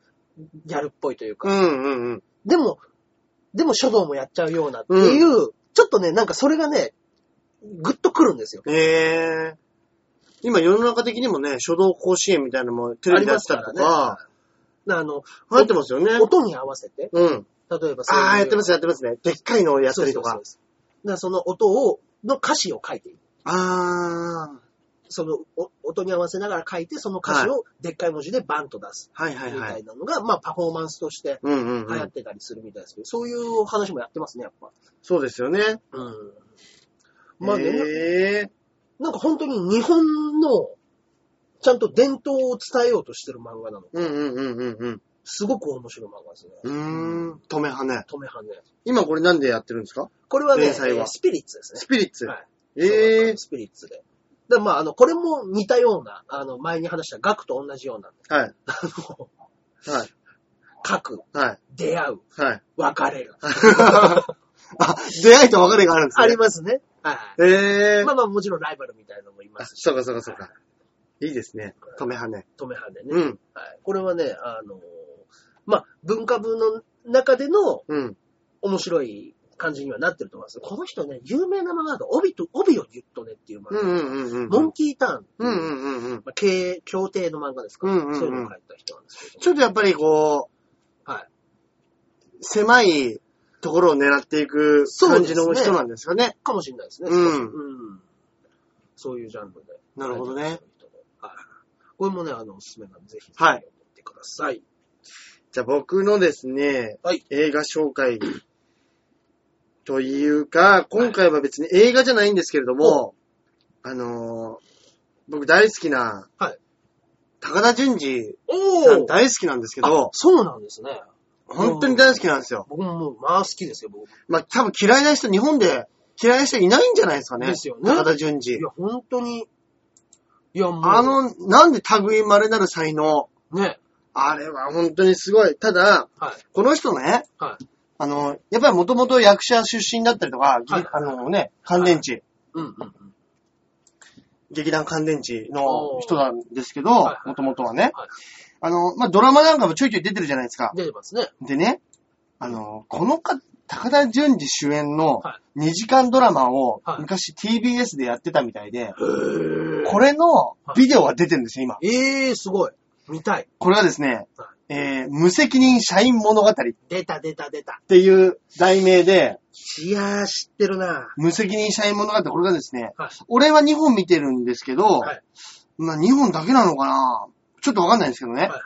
A: ギャルっぽいという
B: う
A: か、
B: んうんうん。
A: でも、でも書道もやっちゃうようなっていう、ちょっとね、なんかそれがね、ぐっとくるんですよ。
B: ええ今世の中的にもね、書道甲子園みたいなのもテレビでやってたりと
A: あります
B: か、
A: あの、
B: 流行ってますよね。
A: 音に合わせて、
B: うん。
A: 例えばそういう
B: ああ、やってます、やってますね。でっかいのをやったりと
A: そう
B: か
A: で。すそうですだからその音を、の歌詞を書いていく。
B: ああ、
A: そのお音に合わせながら書いて、その歌詞をでっかい文字でバンと出す。
B: はいは
A: み
B: いは
A: たい
B: い。
A: なのが、まあパフォーマンスとして
B: うんうん、う
A: 流行っ
B: ん。
A: てたりするみたいですけど、そういうお話もやってますね、やっぱ。
B: そうですよね。
A: うん。まあね、
B: ええ
A: なんか本当に日本の、ちゃんと伝統を伝えようとしてる漫画なの。
B: うんうんうんうんうん。
A: すごく面白い漫画ですね。
B: うーん、止めはね。
A: 止めはね。
B: 今これなんでやってるんですか
A: これはね、え
B: 連載は
A: ースピリッツですね。
B: スピリッツ。
A: はい
B: ええ
A: スピリッツで。で、まあ、あの、これも似たような、あの、前に話した学と同
B: (laughs)
A: じような、
B: はい。
A: あの、
B: はい。
A: 書く、
B: はい。
A: 出会う、
B: はい。
A: 別れる。
B: あ、出会いと別れがあるんですね。
A: ありますね。は
B: ええ
A: い。まあまあ、もちろんライバルみたいなのもいま
B: あ、
A: すし、
B: そうかそうかそうか。いいですね。止めはね。
A: 止めはね。
B: うん。
A: はい。これはね、あの、まあ、文化部の中での、
B: うん。
A: 面白い感じにはなってると思います。この人ね、有名な漫画だと、帯と、帯をギュッとねっていう漫
B: う
A: 画。
B: んうんうんう
A: モ
B: ん
A: ン。キーターンってい
B: うんう
A: う。
B: んうんうん。
A: まあ、経営、協定の漫画ですから、
B: うんうんうん
A: そういうのを書いた人なんですけど。
B: ちょっとやっぱりこう、
A: はい
B: 狭いところを狙っていく
A: そう
B: 感
A: で
B: じ
A: すね
B: の人なんですかね。
A: かもしれないですね。
B: うん
A: 少しうんそういうジャンルで。
B: なるほどね。
A: はい。これもね、あの、おすすめなんで、ぜひ、
B: はい。
A: 持ってください。
B: じゃあ僕のですね、
A: はい
B: 映画紹介というか、今回は別に映画じゃないんですけれども、あのー僕大好きな、
A: はい
B: 高田純次さん
A: おー
B: 大好きなんですけ
A: あ
B: ど、
A: そうなんですね。
B: 本当に大好きなんですよ。
A: 僕ももう、まあ好きですよ、僕も。
B: まあ多分嫌いな人、日本で嫌いな人いないんじゃないですかね。
A: ですよね
B: 高田純
A: い
B: 次。
A: や、本当に、いや、もう、
B: あ、の、なんで類まれなる才能。
A: ね、
B: あれは本当にすごい。ただ、
A: はい、
B: この人ね、
A: はい。
B: あの、やっぱりもともと役者出身だったりとか、
A: はい
B: あのね、乾電池、
A: うん、うん、うん。
B: 劇団乾電池の
A: おー
B: 人なんですけど
A: はいは、い
B: もともとはね
A: はい。
B: あの、まあ、ドラマなんかもちょいちょい出てるじゃないですか。
A: 出てますね。
B: でね、あの、このか、高田純次主演の
A: は
B: 2時間ドラマを
A: はい
B: 昔 TBS でやってたみたいで、
A: へ
B: これのビデオは出てるんですよ、今。
A: ええー、すごい。見たい。
B: これがですね
A: は、
B: えー、無責任社員物語っ
A: 出た出た出た。
B: ていう題名で、
A: いやー、知ってるな
B: 無責任社員物語、これがですね、
A: はい
B: 俺は2本見てるんですけど、
A: はい
B: まあ2本だけなのかなちょっとわかんないんですけどね、
A: はいはい。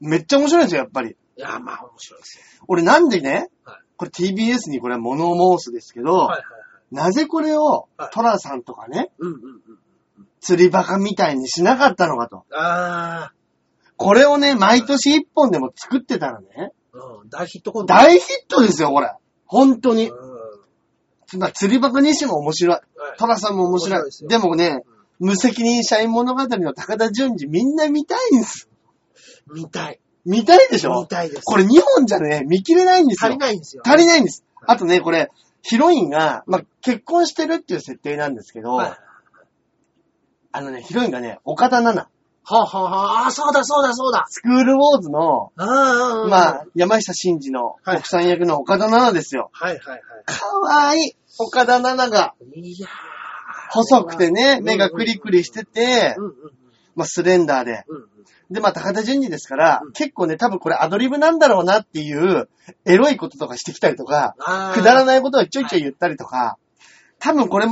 B: めっちゃ面白いんですよ、やっぱり。
A: いやー、まあ面白いですよ。
B: 俺なんでね、
A: はい
B: これ TBS にこれは物申すですけど、
A: はいはいはい。
B: なぜこれを
A: はい
B: トラさんとかね、
A: うんうんうん。
B: 釣りバカみたいにしなかったのかと。
A: あ
B: これをね、毎年1本でも作ってたらね、
A: ー、うん、大ヒットコント。
B: 大ヒットですよ、これ。本当に
A: う。ん。
B: まあ、釣りバカにしても面白い。
A: はい
B: トラさんも面白い。
A: 面白いですよ
B: でもね、無責任社員物語の高田純次みんな見たいんです。
A: 見たい。
B: 見たいでし
A: 見
B: ょ
A: たいです。
B: これ2本じゃね、見切れないんです
A: 足
B: よ。
A: りないんですよ。
B: 足りないんです。あとね、これ、ヒロインが、まあ、結婚してるっていう設定なんですけど、
A: はい。
B: あのね、ヒロインがね、岡田奈々、
A: はあ、はあはあ、あー、そうだそうだそうだ。
B: スクールウォーズの、
A: あーあー、
B: ま
A: あ
B: あ
A: ー、
B: 山下真司の
A: はい
B: 奥さん役の岡田奈々ですよ。
A: はいはいは
B: かわいい岡田奈々が、
A: い。いやー。
B: 細くてね、目がクリクリしてて
A: う、んうんうん。
B: まあ、スレンダーで、
A: うんうん。
B: で、まあ、高田純次ですから、
A: うん
B: 結構ね、多分これアドリブなんだろうなっていう、エロいこととかしてきたりとか、
A: あー
B: くだらないことをちょいちょい言ったりとか、多分これ、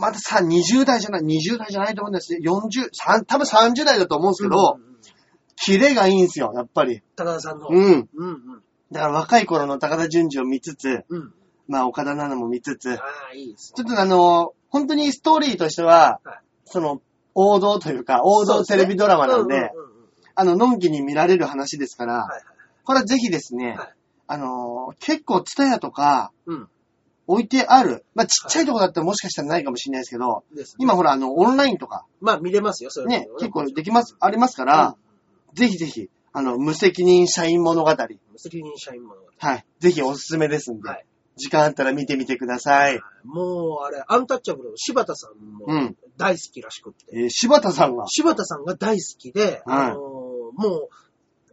B: まださ、20代じゃない、20代じゃないと思うんですよ。40、さん多分30代だと思うんですけど
A: う、んうんうん
B: キレがいいんですよ、やっぱり。
A: 高田さんの。
B: う。ん。
A: うんうん。
B: だから若い頃の高田純次を見つつ、
A: うん。
B: まあ、岡田奈々も見つつ、
A: ああ、いいです
B: ちょ
A: ね
B: っ。とあの、本当にストーリーとしては
A: はい、
B: その、王道というか、王道テレビドラマなんで、
A: うんうんうんうん
B: あの、のんきに見られる話ですから、
A: はいはい
B: これはぜひですね、
A: はい
B: あのー結構ツタヤとか、
A: うん
B: 置いてある。まあ、ちっちゃいとこだったらもしかしたらないかもしれないですけど、
A: ですね
B: 今ほら、あの、オンラインとか、
A: まあ見れますよ、そういうの
B: ね、結構できます、ありますから、ぜひぜひ、あの、無責任社員物語。は
A: 無責任社員ものが。
B: い。ぜひおすすめですんで、
A: はい
B: 時間あったら見てみてください。
A: もう、あれ、アンタッチャブルの柴田さんも
B: うん
A: 大好きらしくって。
B: えー柴田さんが、
A: 柴田さんが大好きで、あのーもう、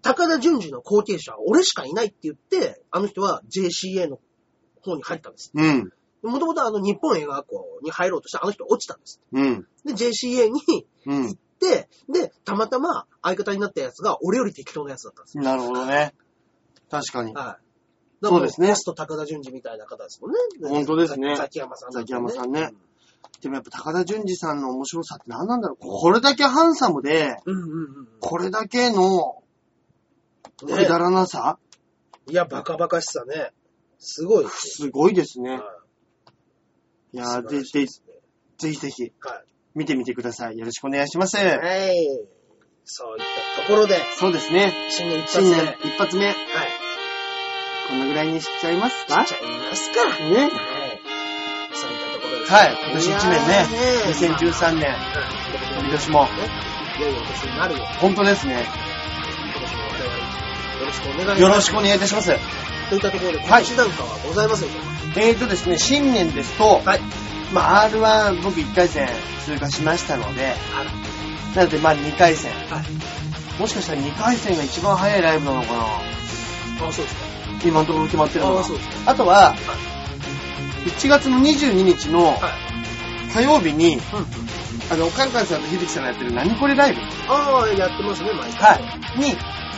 A: 高田純次の後継者は俺しかいないって言って、あの人は JCA の方に入ったんです。
B: うん、
A: もともとあの日本映画学校に入ろうとしてあの人落ちたんです。
B: うん、
A: で、JCA に
B: うん。
A: で、で、たまたま相方になったやつが俺より適当なやつだったんですよ。
B: なるほどね。確かに。
A: はい。
B: そうですね
A: ラスト高田純次みたいな方ですもんね。
B: 本当ですね
A: 崎山さん、
B: 崎山さんね。でもやっぱ高田純次さんの面白さって何なんだろうこれだけハンサムで、
A: うんうん
B: これだけの
A: うん。
B: く
A: ね
B: だらなさ、
A: いや、バカバカしさね。すごいです
B: すごいですね
A: よ。。
B: い
A: い
B: やー
A: 素晴
B: ぜ
A: ら
B: ひ
A: しい
B: ぜ
A: で
B: ひ、
A: すね
B: ぜひぜひ、
A: は
B: 見てみてください。よろしくお願いします。
A: い。はい。そういったところで、
B: そうですね。
A: 新年一発
B: 新
A: 目。はい。
B: 年一発目、このぐらいにしちゃいますか
A: しちゃいますか。はい。
B: ね。
A: そういったところですね。
B: はい。今年1年ね。2013年、
A: はい。
B: 今年も、
A: 良いお年になるように。
B: 本当ですね。
A: 今年も我々よろしくお願いします。
B: よろしくお願いいたします。
A: といったところで、
B: は
A: 告
B: い
A: 知なんかはございませんでしょう
B: えーとですね、新年ですと、
A: かはい。
B: まあ R1 僕1回戦通過しましたので、
A: あら
B: なのでまあ2回戦。
A: はい。
B: もしかしたら2回戦が一番早いライブなのかな
A: あ、そうですか。
B: 今のところ決まってるの
A: あ
B: が
A: あそうですね
B: あとは、1月の22日の
A: はい。
B: 火曜日に、
A: うん。
B: あの、カンカンさんと秀樹さんがやってる何これライブ、
A: ああ、やってますね、毎
B: は
A: 回。はい。
B: い、に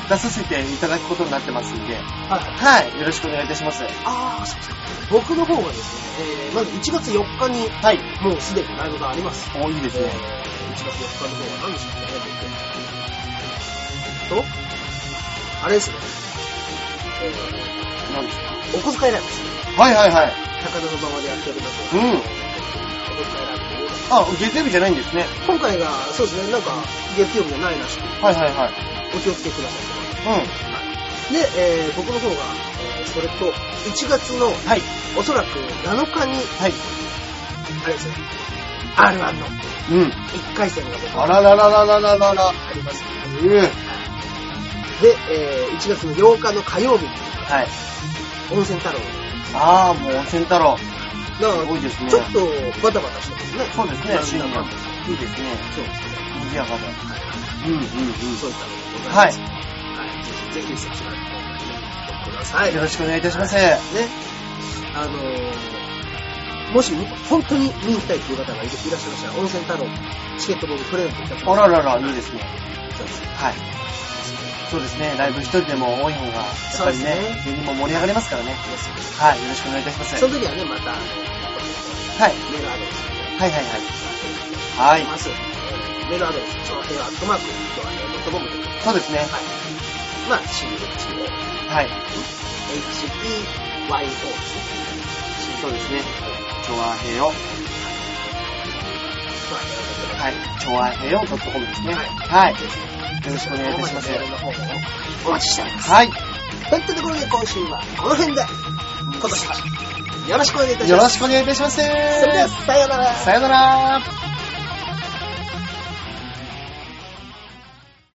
B: 出させていただくことになってますんで、
A: あ
B: はい、よろしくお願いいたします。
A: あ、そうですか。僕の方がですね、えー、まず1月4日に、
B: はい、
A: もうすでにライブがあります。
B: お、いいです
A: えー、1
B: ね。
A: 月4日の方は何でしたっけね、僕。と、あれですね。え
B: 何ですか
A: ー、お小遣いライブですね。
B: はいはいはい。
A: 高田の馬場でやっております。
B: う
A: お
B: ん。
A: 小遣いライブということで
B: あ、月曜日じゃないんですね。
A: 今回が、そうですね、なんか、月曜日じゃないらしく、
B: はいはいはい。
A: お気をつけください。
B: う
A: で、えー僕の方が、えーそれと、1月の、
B: ん。はい。
A: おそらく7日に、
B: はい。
A: あれですね、R1 の
B: うん。
A: 1回戦が僕
B: あらららららららら。
A: あります。
B: うん。
A: で、えー1月の8日の火曜日に、
B: はい。
A: 温泉太郎。
B: ああ、もう、仙太郎。
A: だ
B: す
A: か
B: ごいです
A: ら、
B: ね。
A: ちょっとバタバタしてますね。
B: そうですね、新年。いいですね。
A: そうですね。
B: 賑やかで。うんうんう
A: そういったのでござい
B: は
A: ます。はい。ぜひぜひそちらの方にご覧ください
B: ん。よ。ろしくお願いいたします。
A: ね、あのー、もし本当に見に行きたいという方がいらっしゃいましたら、温泉太郎、チケットボールプレゼントいたし
B: あ
A: ます。
B: ららら、いいですね。
A: そうです
B: はい。そうですね、ライブ一人でも多い方が、やっぱりね
A: そうです、
B: 芸人も盛り上がりますからね。
A: ね
B: はい、よろしくお願いいたします。
A: そ
B: はい。
A: の時はね、また、あの
B: はい
A: メールアドレス
B: はいはい。は
A: を
B: い
A: い。ます。えーメールアドレス、長平アットマーク、長平ドットコムで。はい。
B: そうですね。
A: まあ、CHO、
B: はい。
A: HEYO ですね。
B: そうですね。調和平を。
A: まあ
B: はい。調和平を .com ですね。
A: はい
B: はい。よろしくお願いいたします。
A: メールの方もお待ちしております。
B: はい。
A: といったところで今週はこの辺で、今年はよろしくお願いいたします。
B: よろしくお願いいたします。
A: それでは、さようなら。
B: さよなら。